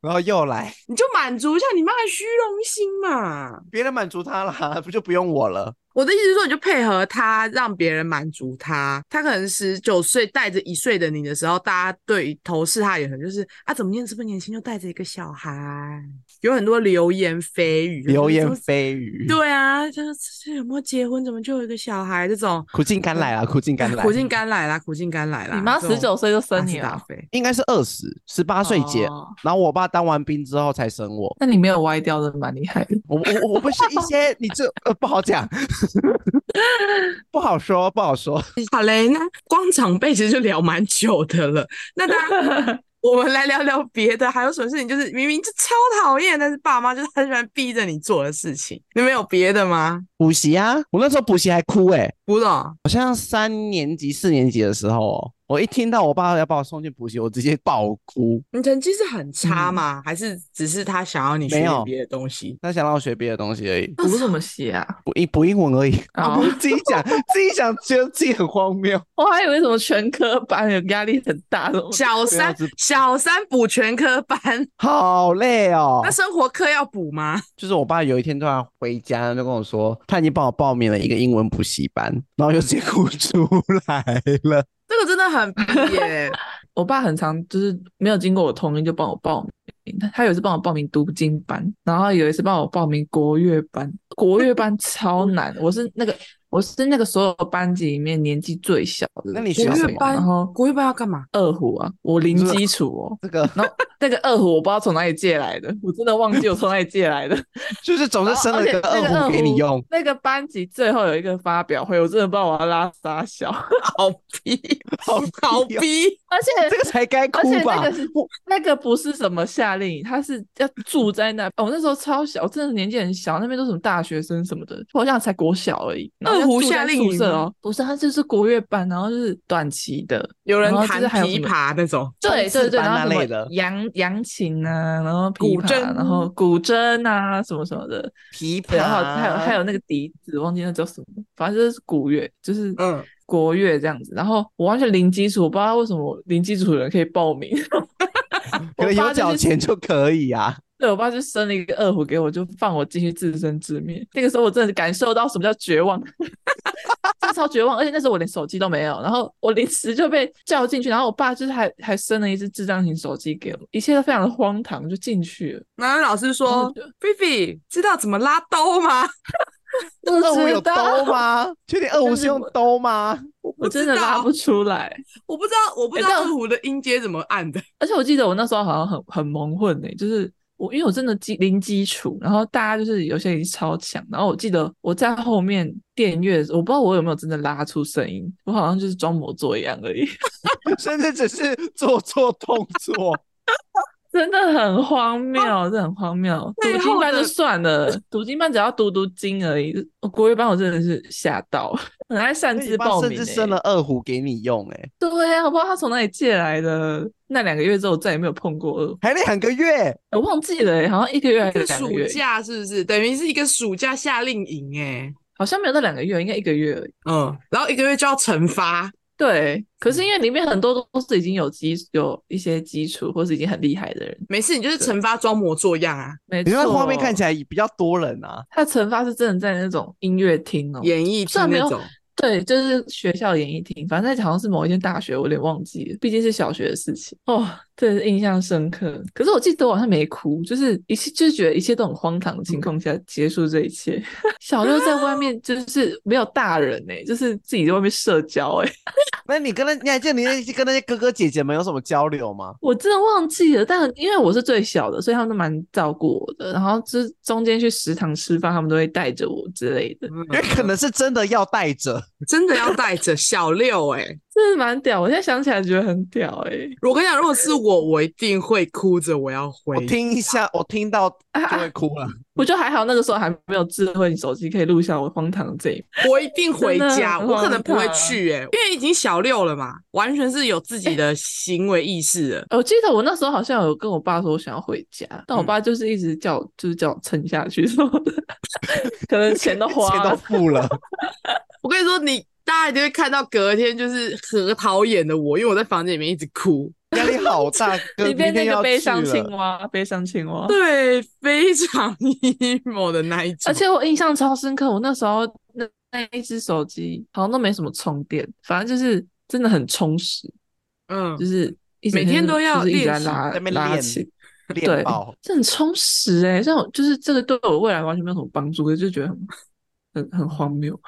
B: 然后又来，
A: 你就满足一下你妈的虚荣心嘛。
B: 别人满足她啦，不就不用我了。
A: 我的意思是说，你就配合他，让别人满足他。他可能十九岁带着一岁的你的时候，大家对于投视他也很就是啊，怎么念这么年轻就带着一个小孩？有很多流言蜚语，
B: 流言
A: 就是
B: 蜚语，
A: 对啊，就是这有没有结婚，怎么就有一个小孩？这种
B: 苦尽甘来啦，苦尽 <laughs> 甘来，
A: 苦尽甘来啦，苦尽甘来啦。
C: 你妈
A: 这种啊
C: 十九岁就
A: 大
C: 生你哦
A: 是大
C: 了，
A: 非
B: 应该是二十，十八岁结，
C: 哦
B: 然后我爸当完兵之后才生我。
C: 那你没有歪掉，真的蛮厉害的。
B: 我我我我不是一些你这呃不好讲， <laughs> 不好说，不好说。
A: 好嘞，那光长辈其实就聊蛮久的了。那大家，我们来聊聊别的，还有什么事情？就是明明就超讨厌，但是爸妈就是很喜欢逼着你做的事情。你们有别的吗？
B: 补习啊，我那时候补习还哭哎、
A: 不懂，
B: 好像三年级、四年级的时候哦，我一听到我爸要把我送去补习，我直接爆哭。
A: 你成绩是很差吗？还是只是他想要你学
B: 嗯没
A: 点
B: 有
A: 别的东西？
B: 他想让我学别的东西而已，
C: 补什么习啊？
B: 补英补英文而已。
C: 哦
B: <laughs> 啊，不是自己讲，自己讲，觉得自己很荒谬。
C: 我哦还以为什么全科班有压力很大什么的。
A: 小三
B: 只
A: 小三补全科班，
B: 好累哦
A: 那。生活课要补吗？ <laughs>
B: 就是我爸有一天突然回家，就跟我说，他已经帮我报名了一个英文补习班，然后就直接哭出来了。
A: 这个真的很逼耶、
C: 我爸很常就是没有经过我同意就帮我报名，他他有一次帮我报名读经班，然后有一次帮我报名国乐班，国乐班超难，我是那个我是那个所有班级里面年纪最小的，
B: 那你
A: 国
B: 学什
A: 乐
B: 么
A: 班
C: 然后
A: 国乐班要干嘛？
C: 二胡啊，我零基础哦，
B: 这个
C: 然后那个二胡我不知道从哪里借来的，我真的忘记我从哪里借来的， <laughs>
B: 就是总是生了个
C: 哦然后而且那
B: 二胡给你用，
C: 那个班级最后有一个发表会，我真的不知道我要拉啥小，
A: 好逼，
B: 好
A: 好
B: 逼哦
C: <laughs>
A: 逼！
C: 而且
B: <laughs> 这个才该哭
C: 而且那
B: 吧
C: 个是？
B: 我
C: 那个不是什么夏令营，他是要住在那。哦，我那时候超小，我真的年纪很小，那边都什么大学生什么的，我好像才国小而已。然后
A: 二胡
C: 要住在
A: 夏令营
C: 宿舍哦，不是，他就是国乐班，然后就是短期的。
A: 有人
C: 然后就
A: 弹
C: 是还有什
A: 琵
C: 么
A: 琶那种，
C: 对
B: 冲
C: 对
B: 刺
C: 对，
B: 班
C: 然后
B: 那
C: 什
B: 类
C: 么
B: 的
C: 扬扬琴啊，然后琵
A: 古
C: 琶，
A: 筝
C: 然后古筝啊，什么什么的。
B: 琵琶，
C: 对，然后还有还有那个笛子，忘记那叫什么，反正就是古乐，就是
A: 嗯
C: 国乐这样子。然后我完全零基础，我不知道为什么我零基础的人可以报名。
B: 可能
C: 我
B: 有
C: 爸就
B: 缴
C: 是
B: 钱就可以啊。
C: 对我爸就生了一个二胡给我，就放我进去自生自灭。那个时候我真的是感受到什么叫绝望， <laughs> 真的超绝望。而且那时候我连手机都没有，然后我临时就被叫进去，然后我爸就是还还生了一只智障型手机给我，一切都非常的荒唐，就进去了。
A: 然后老师说
C: 嗯对
A: 菲菲知道怎么拉兜吗？ <laughs>
B: 二胡有
C: 知道
B: 兜吗？确定二胡是用兜吗？
C: <laughs> 我真的拉
A: 不
C: 不
A: 知道，
C: 出来，
A: 我不知道，我不知
C: 欸这
A: 道
C: 样
A: 二胡的音阶怎么按的。
C: 而且我记得我那时候好像很很蒙混呢、就是我因为我真的基零基础，然后大家就是有些已经超强，然后我记得我在后面电乐的时候，我不知道我有没有真的拉出声音，我好像就是装模作样而已。 <laughs>
B: 甚至只是做做动作。
C: 真的很荒谬，真的很荒谬。
A: 最
C: 读
A: 后
C: 经班就
A: 的
C: 算了，读经班只要读读经而已。国语班我真的是吓到，很爱擅
B: 那你
C: 自
B: 爸
C: 报
B: 甚
C: 名、
B: 至
C: 欸。
B: 生了二胡给你用，哎，
C: 对啊呀、我不知道他从哪里借来的。那两个月之后，我再也没有碰过二，
B: 还两个月，
C: 我忘记了、欸，好像一个月还
A: 一
C: 是
A: 个
C: 两
A: 暑
C: 个月，
A: 假是不是等于是一个暑假夏令营、欸？
C: 好像没有到两个月，应该一个月而已。
A: 嗯，然后一个月就要惩罚，
C: 对，可
B: 嗯
C: 是因为里面很多都是已经有基有一些基础，或是已经很厉害的人。
A: 没事，你就是惩罚装模作样啊，
C: 没
B: 你
C: 错，
B: 看画面看起来比较多人啊。
C: 他的惩罚是真的在那种音乐厅哦，
A: 演艺厅
C: 虽然没
A: 那
C: 有
A: 种。
C: 对，就是学校演艺厅，反正好像是某一间大学，我有点忘记了，毕竟是小学的事情。哦，真的是印象深刻。可是我记得我好像没哭，就是一切就是觉得一切都很荒唐的情况下结束这一切。 <laughs> 小六在外面就是没有大人哎、就是自己在外面社交哎、
B: 那你跟那你还记得你那跟那些哥哥姐姐们有什么交流吗？
C: 我真的忘记了。但因为我是最小的，所以他们都蛮照顾我的。然后就是中间去食堂吃饭，他们都会带着我之类的。
A: 嗯
B: 因为可能是真的要带着，
A: 真的要带着小六哎、
C: 真的蛮屌，我现在想起来觉得很屌哎、
A: 我跟你讲，如果是我，我一定会哭着我要回
B: 我。听一下，我听到就会哭
C: <laughs>
B: 了。
C: 我觉得还好，那个时候还没有智慧手机可以录下我荒唐的这一面。
A: <laughs> 我一定回
C: 真的
A: 家，
C: 很
A: 我可能不会
C: 荒唐
A: 去哎、因为已经小六了嘛，完全是有自己的行为意识了。 <laughs>
C: 我记得我那时候好像有跟我爸说我想要回家，但我
A: 嗯
C: 爸就是一直叫我，就是叫我撑下去什么的， <laughs> 可能钱都花
B: 钱都
C: 了。
B: 付了，
A: 我跟你说，你大家一定会看到隔天就是核桃眼的我，因为我在房间里面一直哭，
B: 压力好
C: <laughs>
B: 大。哥，
C: 你变
B: 明天
C: 那
B: 要
C: 个悲
B: 去
C: 伤
B: 了
C: 青蛙，悲伤青蛙。
A: 对，非常 emo 的那一种。
C: 而且我印象超深刻，我那时候那那一只手机好像都没什么充电，反正就是真的很充实，
A: 嗯
C: 就，是一整
A: 每天都
C: 就
A: 要
C: 就是一直
A: 练
C: 在
A: 习
C: 拉
B: 在那边
C: 拉
B: 练
C: 琴。
B: 练爆。
C: 这很充实哎、欸，像我就是这个对我未来完全没有什么帮助，可是就觉得很很很荒谬。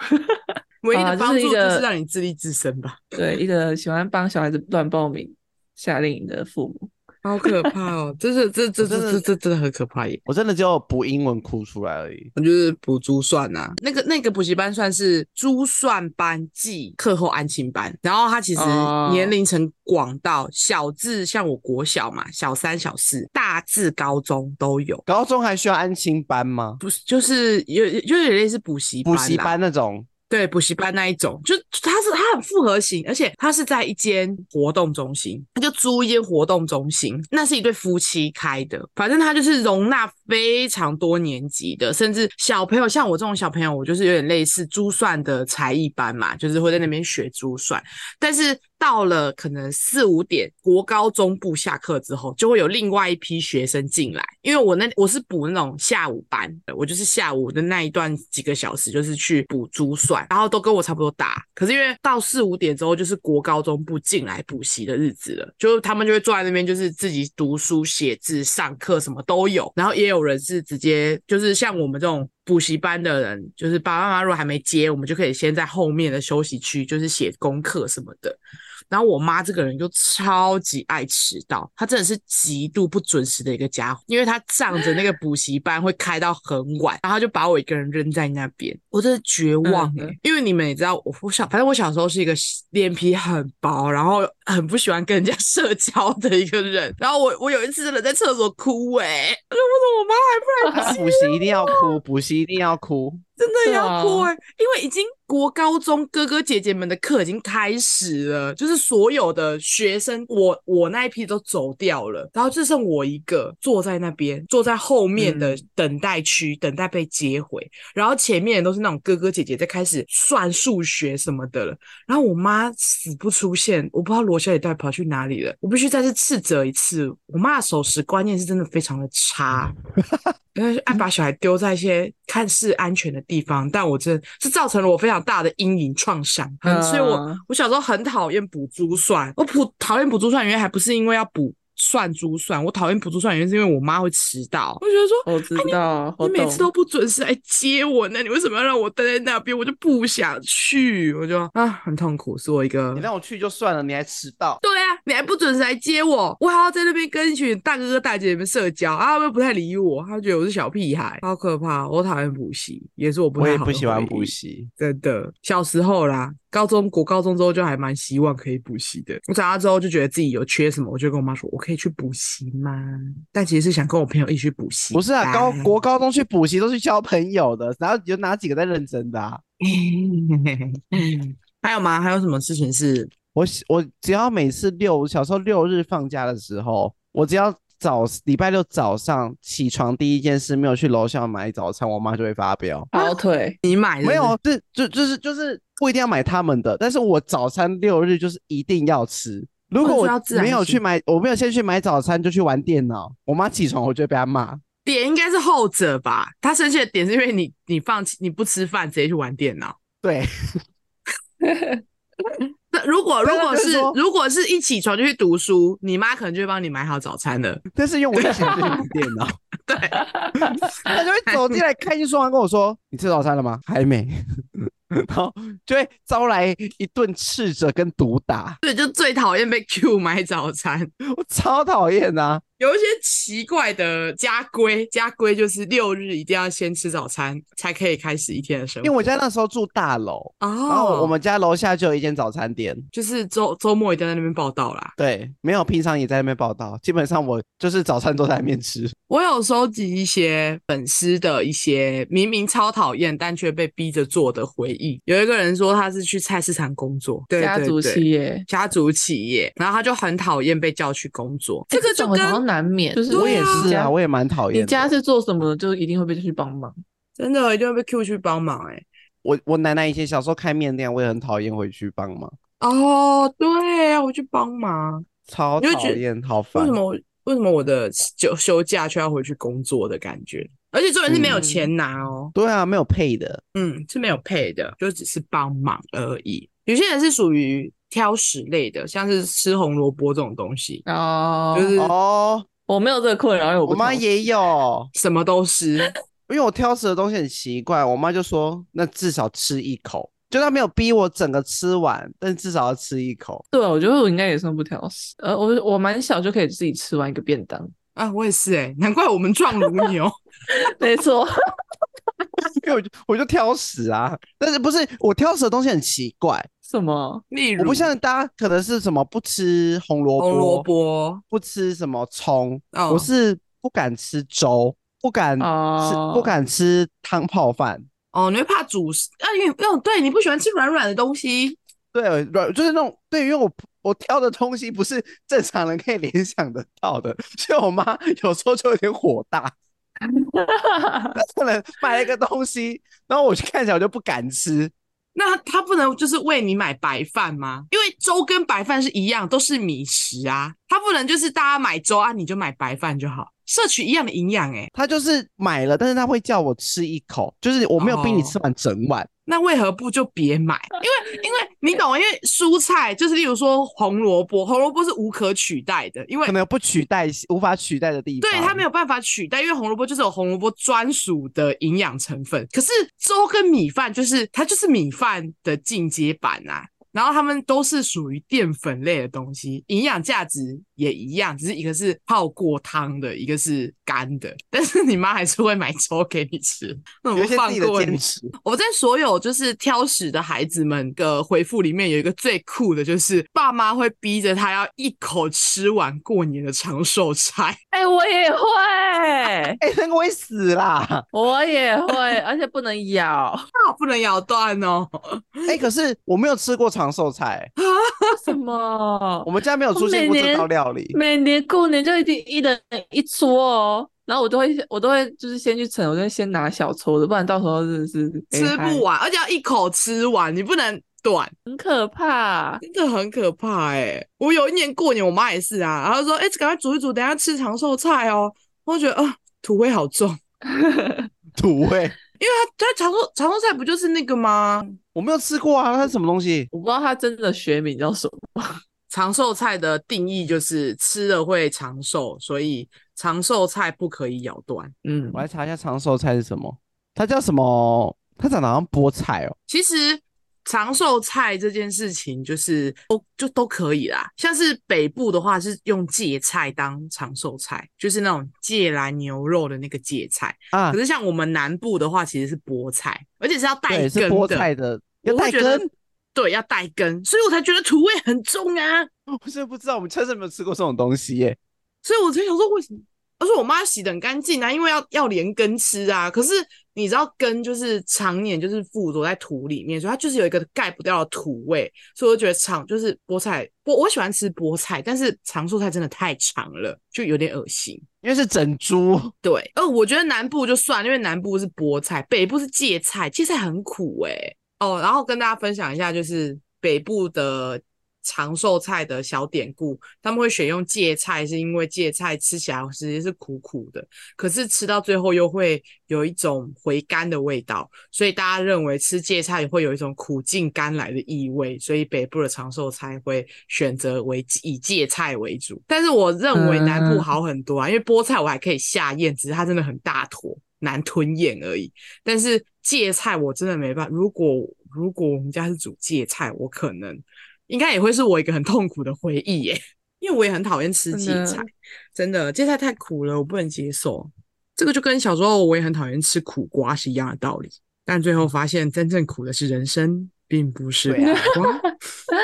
A: 唯一的
C: 啊就是
A: 帮助就
C: 一个
A: 是让你自力自身吧。
C: 对，一个喜欢帮小孩子乱报名夏令营的父母，
A: 好可怕哦！这是这这
B: 我真
A: 这
B: 的
A: 这这真的很可怕耶！
B: 我真的就补英文哭出来而已。
A: 我就是补珠算呐、那个那个补习班算是珠算班暨课后安亲班，然后它其实
C: 哦
A: 年龄层广到小至像我国小嘛，小三小四，大至高中都有，
B: 高中还需要安亲班吗？
A: 不是就是有就有点类似补习
B: 补
A: 啦
B: 习班那种
A: 对补习班那一种，就它是它很复合型，而且它是在一间活动中心，它就租一间活动中心，那是一对夫妻开的，反正它就是容纳非常多年级的，甚至小朋友，像我这种小朋友，我就是有点类似珠算的才艺班嘛，就是会在那边学珠算，但是到了可能四五点，国高中部下课之后，就会有另外一批学生进来。因为我那我是补那种下午班的，我就是下午的那一段几个小时，就是去补珠算，然后都跟我差不多大。可是因为到四五点之后，就是国高中部进来补习的日子了，就他们就会坐在那边，就是自己读书、写字、上课什么都有。然后也有人是直接就是像我们这种补习班的人，就是爸爸妈妈如果还没接，我们就可以先在后面的休息区，就是写功课什么的。然后我妈这个人就超级爱迟到，她真的是极度不准时的一个家伙，因为她仗着那个补习班会开到很晚，然后她就把我一个人扔在那边，我真的绝望哎、
C: 嗯嗯
A: 因为你们也知道，我我小反正我小时候是一个脸皮很薄，然后很不喜欢跟人家 <laughs> 社交的一个人，然后我我有一次真的在厕所哭哎、我说我怎么我妈还不来补习
B: 啊补习一定要哭， <laughs> 补习一定要哭。
A: 真的
C: 对
A: 要哭
C: 啊
A: 哎、因为已经国高中哥哥姐姐们的课已经开始了，就是所有的学生，我我那一批都走掉了，然后就剩我一个坐在那边，坐在后面的等待区、等待被接回，然后前面都是那种哥哥姐姐在开始算数学什么的了，然后我妈死不出现，我不知道罗小姐到底跑去哪里了，我必须再次斥责一次，我妈的守时观念是真的非常的差。 <laughs> 因为爱把小孩丢在一些看似安全的地方，但我真的是造成了我非常大的阴影创伤，很所以我
C: 嗯
A: 我小时候很讨厌补珠算，我补讨厌补珠算原因还不是因为要补算珠算，我讨厌补珠算原因是因为我妈会迟到，我就觉得说
C: 我知道，我
A: 啊你每次
C: 懂
A: 都不准时来接我呢，你为什么要让我待在那边？我就不想去，我就啊很痛苦，是我一个
B: 你。让我去就算了，你还迟到。
A: 对啊，你还不准时来接我，我还要在那边跟一群大哥哥大姐姐们社交啊，他们不太理我，他们觉得我是小屁孩，好可怕！我讨厌补习，也是我不
B: 我
A: 太
B: 也
A: 好
B: 不
A: 的
B: 喜欢
A: 回
B: 补
A: 忆，
B: 习，
A: 真的。小时候啦，高中国高中之后就还蛮希望可以补习的。我长大之后就觉得自己有缺什么，我就跟我妈说，我可以去补习吗？但其实是想跟我朋友一起去补习班。
B: 不是啊，高国高中去补习都是交朋友的，然后有哪几个在认真的啊？
A: <laughs> 还有吗？还有什么事情是？
B: 我喜我只要每次六小时候六日放假的时候，我只要早礼拜六早上起床第一件事没有去楼下买早餐，我妈就会发飙。
A: 啊
C: 跑腿，
A: 你买的
B: 没有，这就就是就是不一定要买他们的，但是我早餐六日就是一定要吃。如
A: 哦这
B: 果
A: 要
B: 我
A: 自然
B: 没有
A: 醒
B: 去买，我没有先去买早餐就去玩电脑，我妈起床我就会被她骂。
A: 点应该是后者吧？他生气的点是因为你你放弃你不吃饭，直接去玩电脑。
B: 对，
A: 那如果
B: 对
A: 如
B: 他
A: 果
B: 就是
A: 是
B: 说
A: 如果是一起床就去读书，你妈可能就会帮你买好早餐了。
B: 但是因为我起床就去玩电脑，
A: <laughs> 对，
B: 他就会走进来开心说完跟我说：“你吃早餐了吗？”还没， <laughs> 然后就会招来一顿斥责跟毒打，
A: 对，就最讨厌被 Q 买早餐。
B: 我超讨厌啊！
A: 有一些奇怪的家规，家规就是六日一定要先吃早餐，才可以开始一天的生
B: 因为
A: 活。
B: 我家那时候住大楼，然
A: 哦，
B: 后我们家楼下就有一间早餐店，
A: 就是周周末一定要在那边报道啦。
B: 对，没有平常也在那边报道，基本上我就是早餐都在那边吃。
A: 我有收集一些粉丝的一些明明超讨厌但却被逼着做的回忆。有一个人说他是去菜市场工作，对
C: 家族
A: 对对
C: 企业，
A: 家族企业，然后他就很讨厌被叫去工作。这个就
C: 哎种好像
A: 跟
C: 难免，就是
B: 我
A: 对
B: 也
A: 啊
B: 是啊，
C: 家
B: 我也蛮讨厌的。
C: 你家是做什么的，就一定会被去帮忙。
A: 真的一定会被 Q 去帮忙哎、
B: 我我奶奶以前小时候开面店，我也很讨厌回去帮忙，
A: 哦，对啊，我去帮忙。
B: 超
A: 你会
B: 讨
A: 觉
B: 厌，好烦。
A: 为什么我为什么我的休休假却要回去工作的感觉？而且重点是没有
C: 嗯
A: 钱拿哦。
B: 对啊，没有配的，
A: 嗯，是没有配的，就只是帮忙而已。有些人是属于挑食类的，像是吃红萝卜这种东西，
C: 哦，
A: 就是
B: 哦，
C: 我没有这个困扰，因为我
B: 我
C: 不
B: 妈
C: 挑
B: 也有，
A: 什么都吃。
B: 因为我挑食的东西很奇怪，我妈就说那至少吃一口，就他没有逼我整个吃完，但至少要吃一口。 <laughs>
C: 对，啊我觉得我应该也算不挑食。呃，我我蛮小就可以自己吃完一个
A: <laughs>
C: 便当，
A: 啊，我也是哎、难怪我们壮如牛。
C: 没错。
B: 因为我就我就挑食啊，但是不是我挑食的东西很奇
C: <laughs>
B: 怪，
C: <laughs> 什么？
A: 例如，
B: 我不像大家可能是什么不吃红萝卜，
A: 红萝卜，
B: 不吃什么葱，
A: 哦
B: 我是不敢吃粥，不敢吃、
C: 嗯哦
B: 不敢吃汤泡饭，
A: 哦，你会怕煮食啊？因为哦，对你不喜欢吃软软的东西。
B: 对，软就是那种对，因为我不我挑的东西不是正常人可以联想得到的，所以我妈有时候就有点火大，
A: <laughs>
B: 可能买了一个东西，然后我去看起来我就不敢吃，
A: 那他不能就是为你买白饭吗？因为粥跟白饭是一样，都是米食啊。他不能就是大家买粥啊，你就买白饭就好，摄取一样的营养。哎，
B: 她就是买了，但是她会叫我吃一口，就是我没有逼
A: 哦
B: 你吃完整碗，
A: 那为何不就别买？因为因为你懂，因为蔬菜就是例如说红萝卜，红萝卜是无可取代的，因为
B: 可能有不取代无法取代的地方，
A: 对它没
B: 有。
A: 有办法取代，因为红萝卜就是有红萝卜专属的营养成分。可是粥跟米饭就是它就是米饭的进阶版啊，然后它们都是属于淀粉类的东西，营养价值也一样，只是一个是泡过汤的，一个是干的。但是你妈还是会买粥给你吃，那我
B: 有
A: 们
B: 一些自
A: 放
B: 己的
A: 过你
B: 坚。持，
A: 我在所有就是挑食的孩子们的回复里面，有一个最酷的就是爸妈会逼着他要一口吃完过年的长寿菜。 <laughs>
C: 哎、我也会，
B: 哎、那个会死啦！
C: 我也会， <laughs> 而且不能咬。 <laughs>
A: 那不能咬断哦。
B: 哎、可是我没有吃过长寿菜，
C: 什么
B: 我？们家没有出现过
C: 我每
B: 这
C: 年
B: 道料理。
C: 每年过年就一定一人一撮哦，然后我都会我都会就是先去盛，我就先拿小撮的，不然到时候真的是哎
A: 吃不，完，而且要一口吃完，你不能断，
C: 很可怕。
A: 真的很可怕哎、我有一年过年，我妈也是啊，然后说：“哎、赶快煮一煮，等一下吃长寿菜哦。”我就觉得啊、土味好重，
B: 土味，
A: 因为它它长寿长寿菜不就是那个吗？
B: 我没有吃过啊，它是什么东西？
C: 我不知道它真的学名叫什么。
A: 长寿菜的定义就是吃了会长寿，所以长寿菜不可以咬断。
C: 嗯
B: 我来查一下长寿菜是什么，它叫什么？它长得好像菠菜哦，
A: 其实长寿菜这件事情，就是都就都可以啦。像是北部的话，是用芥菜当长寿菜，就是那种芥蓝牛肉的那个芥菜。
B: 啊
A: 可，是像我们南部的话，其实是菠菜，而且是要带
B: 对，是
A: 根
B: 菠
A: 的。
B: 菜的，要
A: 我
B: 带
A: 会觉得
B: 根。 <laughs>
A: 对，要带根，所以我才觉得土味很重啊。
B: 我真的不知道，我们真是没有吃过这种东西耶。
A: 所以我才想说为什么？而且我妈洗的很干净啊，因为要要连根吃啊。可是你知道根就是常年就是附着在土里面，所以它就是有一个盖不掉的土味。所以我就觉得长就是菠菜，我我喜欢吃菠菜，但是长寿菜真的太长了，就有点恶心。
B: 因为是整株，
A: 对，呃，我觉得南部就算了，因为南部是菠菜，北部是芥菜，芥菜很苦诶、哦，然后跟大家分享一下，就是北部的长寿菜的小典故，他们会选用芥菜，是因为芥菜吃起来其实是苦苦的，可是吃到最后又会有一种回甘的味道，所以大家认为吃芥菜会有一种苦尽甘来的意味，所以北部的长寿菜会选择为以芥菜为主。但是我认为南部
C: 嗯
A: 好很多啊，因为菠菜我还可以下咽，只是它真的很大坨，难吞咽而已。但是芥菜我真的没办法，如果如果我们家是煮芥菜，我可能应该也会是我一个很痛苦的回忆耶，因为我也很讨厌吃
C: 真
A: 芥
C: 的
A: 菜，真的芥菜太苦了，我不能接受。这个就跟小时候我也很讨厌吃苦瓜是一样的道理，但最后发现真正苦的是人生，并不是苦
B: 对啊
A: 瓜。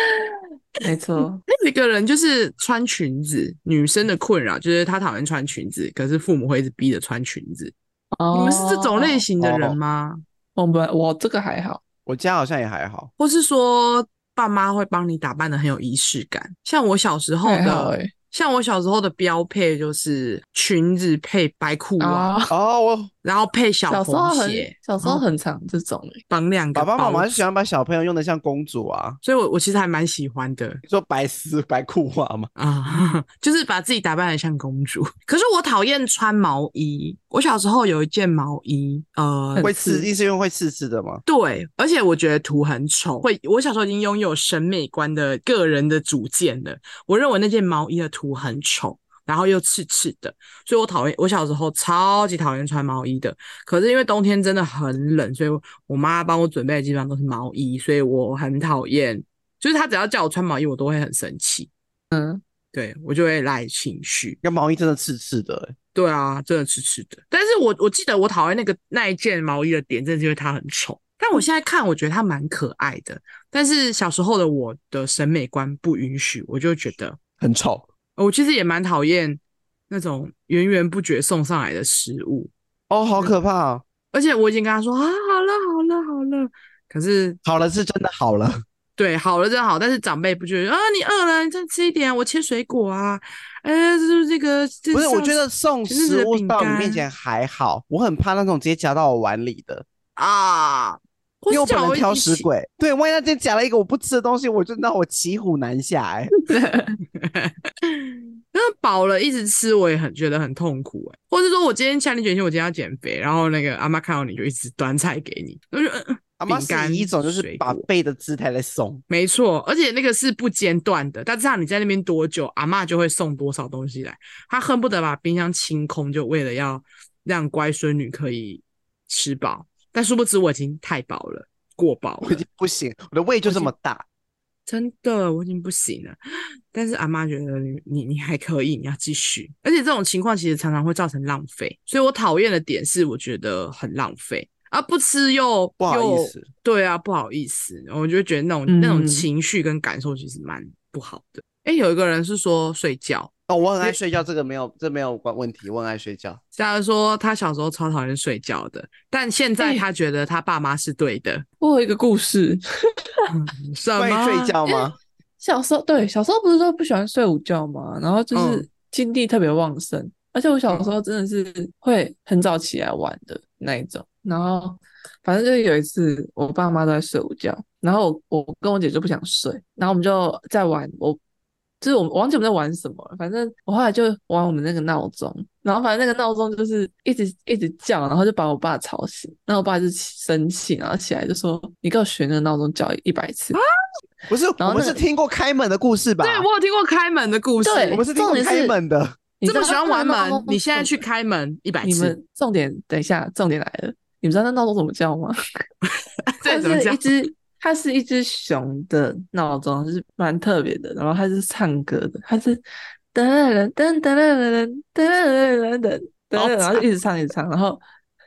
C: 没错，
A: 有一个人就是穿裙子，女生的困扰就是她讨厌穿裙子，可是父母会一直逼着穿裙子。 <laughs> 你们是这种类
C: 型？
A: 型的
B: 哦
A: 人吗？
C: 我们我这个还好，
B: 我家好像也还好。
A: 或是说爸妈会帮你打扮的很有仪式感？像我小时候
C: 还好
A: 的，
C: 哎、
A: 像我小时候的标配就是裙子配白裤袜，
C: 啊，
B: 哦，我
A: 然后配
C: 小
A: 小
C: 时候
A: 红
C: 很
A: 鞋，
C: 小时候
A: 然后
C: 很常这种哎、
A: 绑两个
B: 爸爸妈
A: 包
B: 妈
A: 子
B: 喜欢把小朋友用的像公主啊，
A: 所以我我其实还蛮喜欢的
B: 你说白丝白裤袜吗？
A: 啊、 <laughs> 就是把自己打扮的像公主。 <laughs> 可是我讨厌穿毛衣，我小时候有一件毛衣，呃，
C: 很
B: 会
C: 刺
B: 刺，是因为会刺刺的吗？
A: 对，而且我觉得图很丑。会，我小时候已经拥有审美观的个人的主见了。我认为那件毛衣的图很丑，然后又刺刺的，所以我讨厌我小时候超级讨厌穿毛衣的。可是因为冬天真的很冷，所以我妈帮我准备的基本上都是毛衣，所以我很讨厌。就是她只要叫我穿毛衣，我都会很生气，
C: 嗯， <laughs>
A: 对我就会来情绪。
B: 那毛衣真的刺刺的、欸，
A: 对啊，真的吃吃的。但是我我记得我讨厌那个那一件毛衣的点，正是因为它很丑。但
B: 嗯
A: 我现在看，我觉得它蛮可爱的。但是小时候的我的审美观不允许，我就觉得
B: 很丑。
A: 呃我其实也蛮讨厌那种源源不绝送上来的食物。
B: 哦，
A: 嗯
B: 好可怕、哦！
A: 而且我已经跟他说啊，好了好了好了，可是
B: 好了，是真的好了。
A: 对，好了真好，但是长辈不觉得啊，你饿了，你再吃一点，我切水果啊，呃，就是这个，这
B: 不是，我
A: 上
B: 觉得送
A: 前阵子
B: 食
A: 的
B: 物
A: 饼
B: 到你
A: 干
B: 面前还好，我很怕那种直接夹到我碗里的，
A: 啊，或
B: 因为
A: 是
B: 我
A: 叫
B: 本
A: 我
B: 人挑
A: 一
B: 食
A: 起
B: 鬼。对，万一他今天夹了一个我不吃的东西，我就让我骑虎难下、欸。哎，
A: 那饱了一直吃，我也很觉得很痛苦哎、或是说我今天下定决心，我今天要减肥，然后那个阿妈看到你就一直端菜给你，我就觉得、嗯、
B: 阿妈
A: 饼
B: 是
A: 干
B: 以一种就是
A: 水
B: 把
A: 果
B: 背的姿态来送，
A: 没错，而且那个是不间断的，但是啊让你在那边多久，阿妈就会送多少东西来，她恨不得把冰箱清空，就为了要让乖孙女可以吃饱，但殊不知我已经太饱了，过饱
B: 我已
A: 了，
B: 经不行，我的胃就这么大。
A: 真的，我已经不行了。但是阿妈觉得你你你还可以，你要继续。而且这种情况其实常常会造成浪费，所以我讨厌的点是我觉得很浪费，而、不吃又
B: 不好意
A: 又
B: 思
A: 对啊，不好意思，我就觉得那种、那种
C: 嗯
A: 情绪跟感受其实蛮不好的。哎、有一个人是说睡觉，
B: 哦，我很爱睡觉，这个没有，这没有关问题，我很爱睡觉。
A: 假如说他小时候超讨厌睡觉的，但现在
C: 哎
A: 他觉得他爸妈是对的。
C: 我有一个故事，
A: 什
B: 关于
A: 么
B: 睡觉吗？
C: 小时候对小时候不是说不喜欢睡午觉嘛，然后就是
A: 嗯
C: 精力特别旺盛，而且我小时候真的是会很早起来玩的那一种。然后反正就是有一次我爸妈都在睡午觉，然后我我跟我姐就不想睡，然后我们就在玩我。就是我们我忘记我们在玩什么了，反正我后来就玩我们那个闹钟，然后反正那个闹钟就是一直一直叫，然后就把我爸吵醒，然后我爸就起生气，然后起来就说：“你给我学那个闹钟叫一百次。”
B: 不是，
C: 然
B: 我
C: 后
B: 们
C: 那
B: 是
C: 个
B: 听过开门的故事吧？
A: 对啊我有听过开门的故事，
C: 对
B: 我们是听过
C: 重点
B: 开
C: 是
B: 门的。
C: 你
A: 这
C: 知
A: 么
C: 道
A: 喜欢
C: 那
A: 玩
C: 个闹
A: 门，
C: 钟
A: 你现在去
C: 怎么
A: 开门一百
C: <laughs> 你
A: 次，
C: 们重点，等一下，重点来了，你们知道那闹钟怎么叫吗？
A: <laughs> 对，
C: 它
A: 怎么
C: 是
A: 讲
C: 一？只，它是一只熊的闹钟，就是蛮特别的。然后它是唱歌的，它是噔噔噔噔噔噔噔噔噔噔噔，
A: 好
C: 然后就一直唱一直唱，然后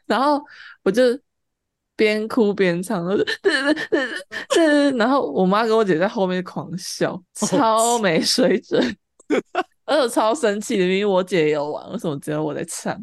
C: 然后我就边哭边唱，我就噔噔噔噔噔，然后我妈跟我姐在后面狂
A: <laughs>
C: 笑，超没水准。而且我超生气的，明明我姐也有玩，为什么只有我在唱？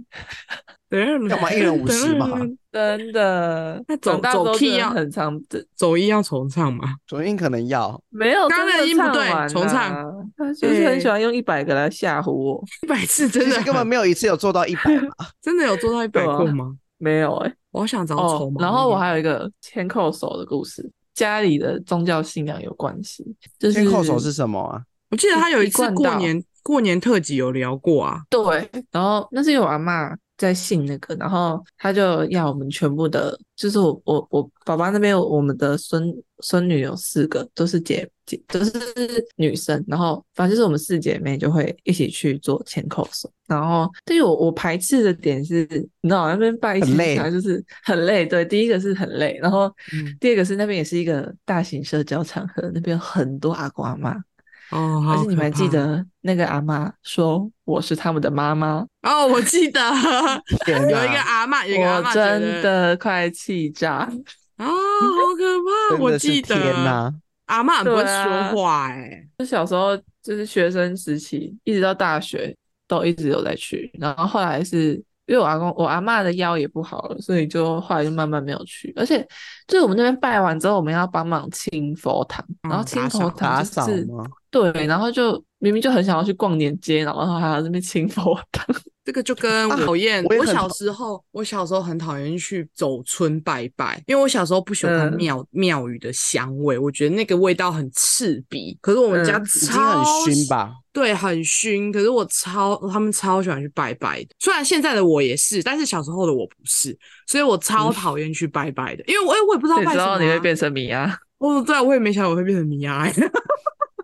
B: 干嘛一人50嘛
A: <laughs>
C: 真的，
A: 嗯那
C: 长
A: 走
C: 大
A: 走
C: 之后
A: key
C: 真的
A: 要
C: 很常这
A: 走音要重唱嘛？
B: 昨天可能
A: <laughs>
B: 要，
C: 没有
A: 刚
C: 真
A: 才
C: 的
A: 已经不
C: 唱
A: 对
C: 完
A: 重唱
C: 啊，他就是很喜
A: 对
C: 欢用一百个来吓唬我，
A: <laughs> 一百次
B: 其
A: 真的
B: 实
C: <laughs>
B: 根本
A: 很
B: 没有一次有做到一百嘛。
A: 真的有做到一百
C: 对啊
A: 过吗？
C: 没有哎、
A: 我好想找丑
C: 哦
A: 毛衣，。
C: 然后我还有一个牵扣手的故事，家里的宗教信仰有关系，就是
B: 先扣手是什么啊？
A: 我记得他有
C: 一
A: 一次
C: 贯
A: 过
C: 道
A: 年过年特辑有聊过啊，
C: 对，然后那是因为我阿嬷在信那个，然后她就要我们全部的，就是我我我爸爸那边我们的孙孙女有四个，都是姐姐，都是女生，然后反正就是我们四姐妹就会一起去做前扣手，然后对于我我排斥的点是，你知道那边拜一
B: 很
C: 起
B: 累
C: 来就是很累，对，第一个是很累，然后
A: 嗯
C: 第二个是那边也是一个大型社交场合，那边有很多阿公阿嬷。
A: 哦，好
C: 而且你们还
A: 可
C: 记
A: 怕
C: 得那个阿妈说我是他们的妈妈，
A: 哦，我记
C: <laughs>
A: 得
B: 天
A: <laughs> 有一
B: 哪
A: 个啊阿嬷，有一个阿
C: 啊我
A: 嬷觉得
C: 真的快气炸。
A: 啊，好可怕，
B: 真
A: 我
B: 的是
A: 记
B: 天
A: 得
B: 哪！
A: 阿嬷很不会
C: 对啊
A: 说话哎，
C: 就小时候 <laughs> 就是学生时期，一直到大学都一直有在去，然后后来是因为我阿公我阿嬷的腰也不好了，所以就后来就慢慢没有去。而且就是我们那边拜完之后，我们要帮忙清佛堂，
A: 嗯
C: 然后清
A: 打扫
C: 佛
B: 打
C: 堂就
B: 扫
C: 是
B: 吗？
C: 对，然后就明明就很想要去逛年街，然后还要在那边清佛堂。 <laughs>
A: 这个就跟我
B: 啊
A: 讨厌、
B: 我也
A: 我
B: 很
A: 小
B: 讨
A: 时候，我小时候很讨厌去走村拜拜，因为我小时候不喜欢
C: 嗯
A: 庙、庙宇的香味，我觉得那个味道很刺鼻。可是我们家
C: 嗯
B: 已经很
A: 超
B: 熏吧？
A: 对，很熏。可是我超，他们超喜欢去拜拜的。虽然现在的我也是，但是小时候的我不是，所以
B: 嗯
A: 我超讨厌去拜拜的，因为我也我也不知道
C: 你
A: 拜
C: 知
A: 什么、
C: 道
A: 啊。
C: 你会变成米啊？
A: 哦，对啊，我也没想到我会变成米娅、欸。 <laughs>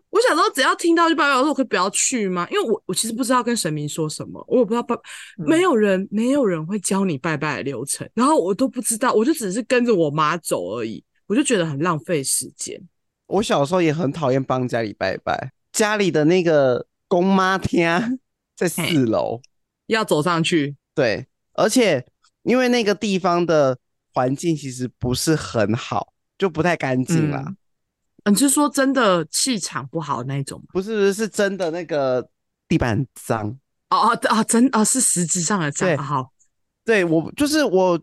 A: 我小时候只要听到就拜拜，我说我可以不要去吗？因为我我其实不知道跟神明说什么，我也不知道拜，
B: 嗯
A: 没有人没有人会教你拜拜的流程，然后我都不知道，我就只是跟着我妈走而已，我就觉得很浪费时间。
B: 我小时候也很讨厌帮家里拜拜，家里的那个公妈厅在四楼，
A: 要走上去，
B: 对，而且因为那个地方的环境其实不是很好，就不太干净啦。
A: 嗯你是说真的气场不好那一种吗？
B: 不是是真的那个地板很脏，
A: 哦哦哦，真哦是实质上的这
B: 对
A: 样。好，
B: 对我就是我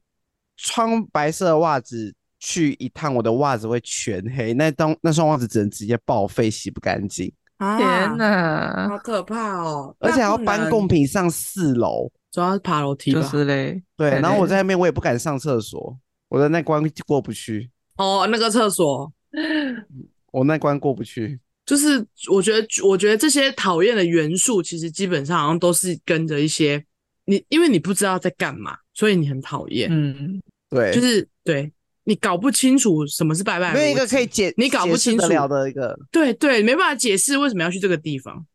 B: 穿白色的袜子去一趟，我的袜子会全黑，那当那双袜子只能直接报废，洗不干净，
A: 啊
C: 嗯天哪，
A: 好可怕哦！
B: 而且还要
A: 那不
B: 搬
A: 能
B: 贡，品上四楼。
A: 主要是爬楼梯吧？
C: 就是嘞，
B: 对，
C: 对
B: 然后我
C: 对
B: 在那边我也不敢上厕所，我的那关过不去，
A: 哦，那个厕所，
B: 我那关过不去。
A: 就是我觉得，我觉得这些讨厌的元素，其实基本上好像都是跟着一些你，因为你不知道在干嘛，所以你很讨厌，
C: 嗯，
B: 对，
A: 就是对你搞不清楚什么是拜拜的逻辑，
B: 没有一个可以解
A: 你搞不
B: 解释
A: 清
B: 得
A: 楚
B: 了的一个，
A: 对对，没办法解释为什么要去这个地方，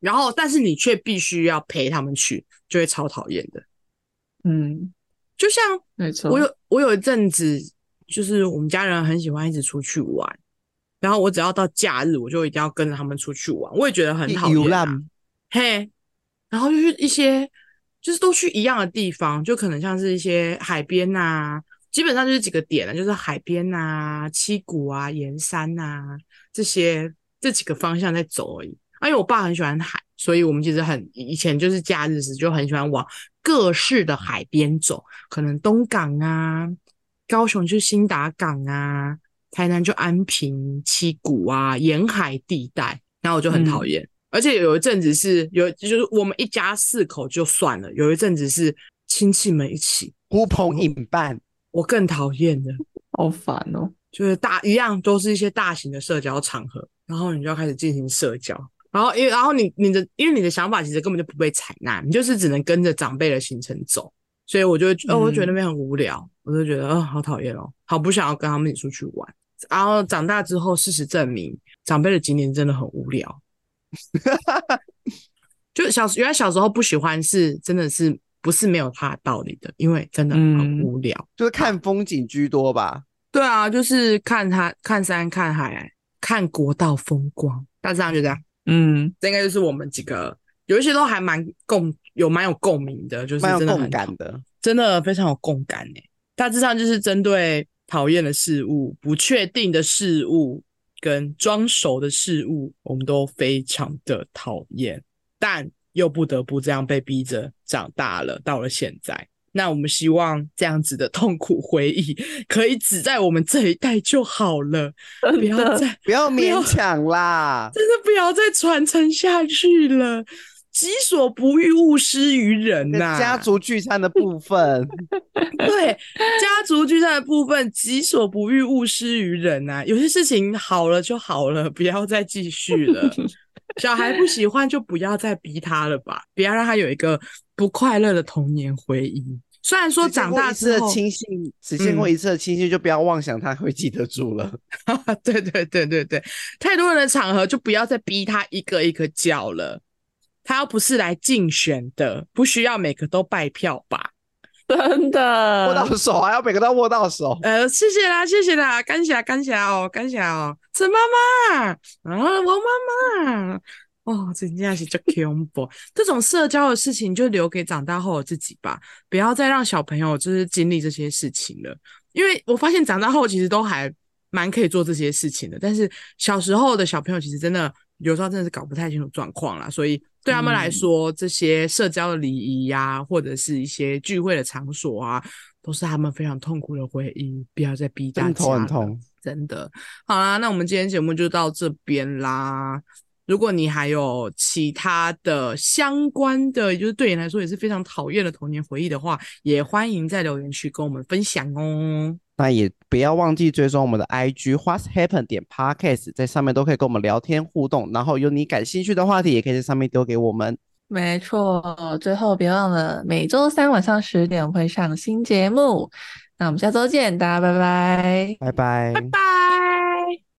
A: 然后但是你却必须要陪他们去，就会超讨厌的。
C: 嗯，
A: 就像
C: 没错，
A: 我有我有一阵子，就是我们家人很喜欢一直出去玩，然后我只要到假日，我就一定要跟着他们出去玩，我也觉得很讨
B: 游
A: 厌、啊。
B: 览
A: 嘿，然后就是一些，就是都去一样的地方，就可能像是一些海边呐、基本上就是几个点了，啊就是海边呐、七股啊、盐山呐、这些这几个方向在走而已。啊因为我爸很喜欢海，所以我们其实很以前就是假日时就很喜欢往各式的海边走，可能东港啊、高雄就新达港啊、台南就安平、七股啊、沿海地带，然后我就很讨厌。而且有一阵子是有，就是我们一家四口就算了，有一阵子是亲戚们一起，
B: 呼朋引伴，
A: 我更讨厌的
C: 好烦哦，
A: 就是大一样都是一些大型的社交场合，然后你就要开始进行社交，然后因为然后你你的因为你的想法其实根本就不被采纳，你就是只能跟着长辈的行程走，所以我就会觉得、哦，我就觉得那边很无聊，我就觉得哦好讨厌哦，好不想要跟他们一起出去玩。然后长大之后，事实证明长辈的景点真的很无聊。就小时原来小时候不喜欢是真的是不是没有他的道理的，因为真的很
C: 嗯
A: 无聊。
B: 就是看风景居多吧。
A: 对啊，就是看他看山看海看国道风光，大致上就这样。
C: 嗯，
A: 这应该就是我们几个有一些都还蛮共有蛮有共鸣的，就是
B: 蛮
A: 真的
B: 有共
A: 很
B: 感的。
A: 真的非常有共感诶、大致上就是针对讨厌的事物、不确定的事物跟装熟的事物，我们都非常的讨厌，但又不得不这样被逼着长大了，到了现在。那我们希望这样子的痛苦回忆 <laughs> 可以只在我们这一代就好了，不
C: 真
A: 要
C: 的
A: 再 <laughs>
B: 不要
A: 要
B: 勉强
A: <laughs>
B: 啦，
A: 真的不要再传承下去了。己所不欲，勿施于人
B: 那
A: 呐、
B: 家族聚餐的
A: <laughs>
B: 部分， <laughs>
A: 对家族聚餐的部分，己所不欲，勿施于人呐、有些事情好了就好了，不要再继续
B: <laughs>
A: 了。小孩不喜欢就不要再逼他了吧，不要让他有一个不快乐的童年回忆。虽然说
B: 只见
A: 长
B: 过
A: 大
B: 一次
A: 之
B: 的
A: 后，嗯
B: 清醒，只见过一次的清醒，就不要妄想他会记得住了。
A: <laughs> 对对对对对，太多人的场合就不要再逼他一个一个叫了。他又不是来竞选的，不需要每个都拜票吧？
C: <laughs> 真
B: <laughs> 握到
C: 的，
B: 手还要每个都握到手，
A: 呃，谢谢啦，谢谢啦，感谢感谢哦，感谢哦，陈妈妈啊，王妈妈，哦，真的是叫 combo。这种社交的事情就留给长大后的自己吧，不要再让小朋友就是经历这些事情了。因为我发现长大后其实都还蛮可以做这些事情的，但是小时候的小朋友其实真的有时候真的是搞不太清楚状况啦，所以对他们来
C: 嗯
A: 说，这些社交的礼仪呀，或者是一些聚会的场所啊，都是他们非常痛苦的回忆，不要再逼大家
B: 真的头很
A: 了
B: 痛。
A: 真的。好啦，那我们今天节目就到这边啦。如果你还有其他的相关的，也就是对你来说也是非常讨厌的童年回忆的话，也欢迎在留言区跟我们分享哦。
B: 那也不要忘记追踪我们的 IG What's Happen 点 Podcast，在上面都可以跟我们聊天互动，然后有你感兴趣的话题，也可以在上面丢给我们。
C: 没错。最后别忘了，每周三晚上十点会上新节目。那我们下周见，大家拜拜。
B: 拜拜，拜拜
A: 拜拜。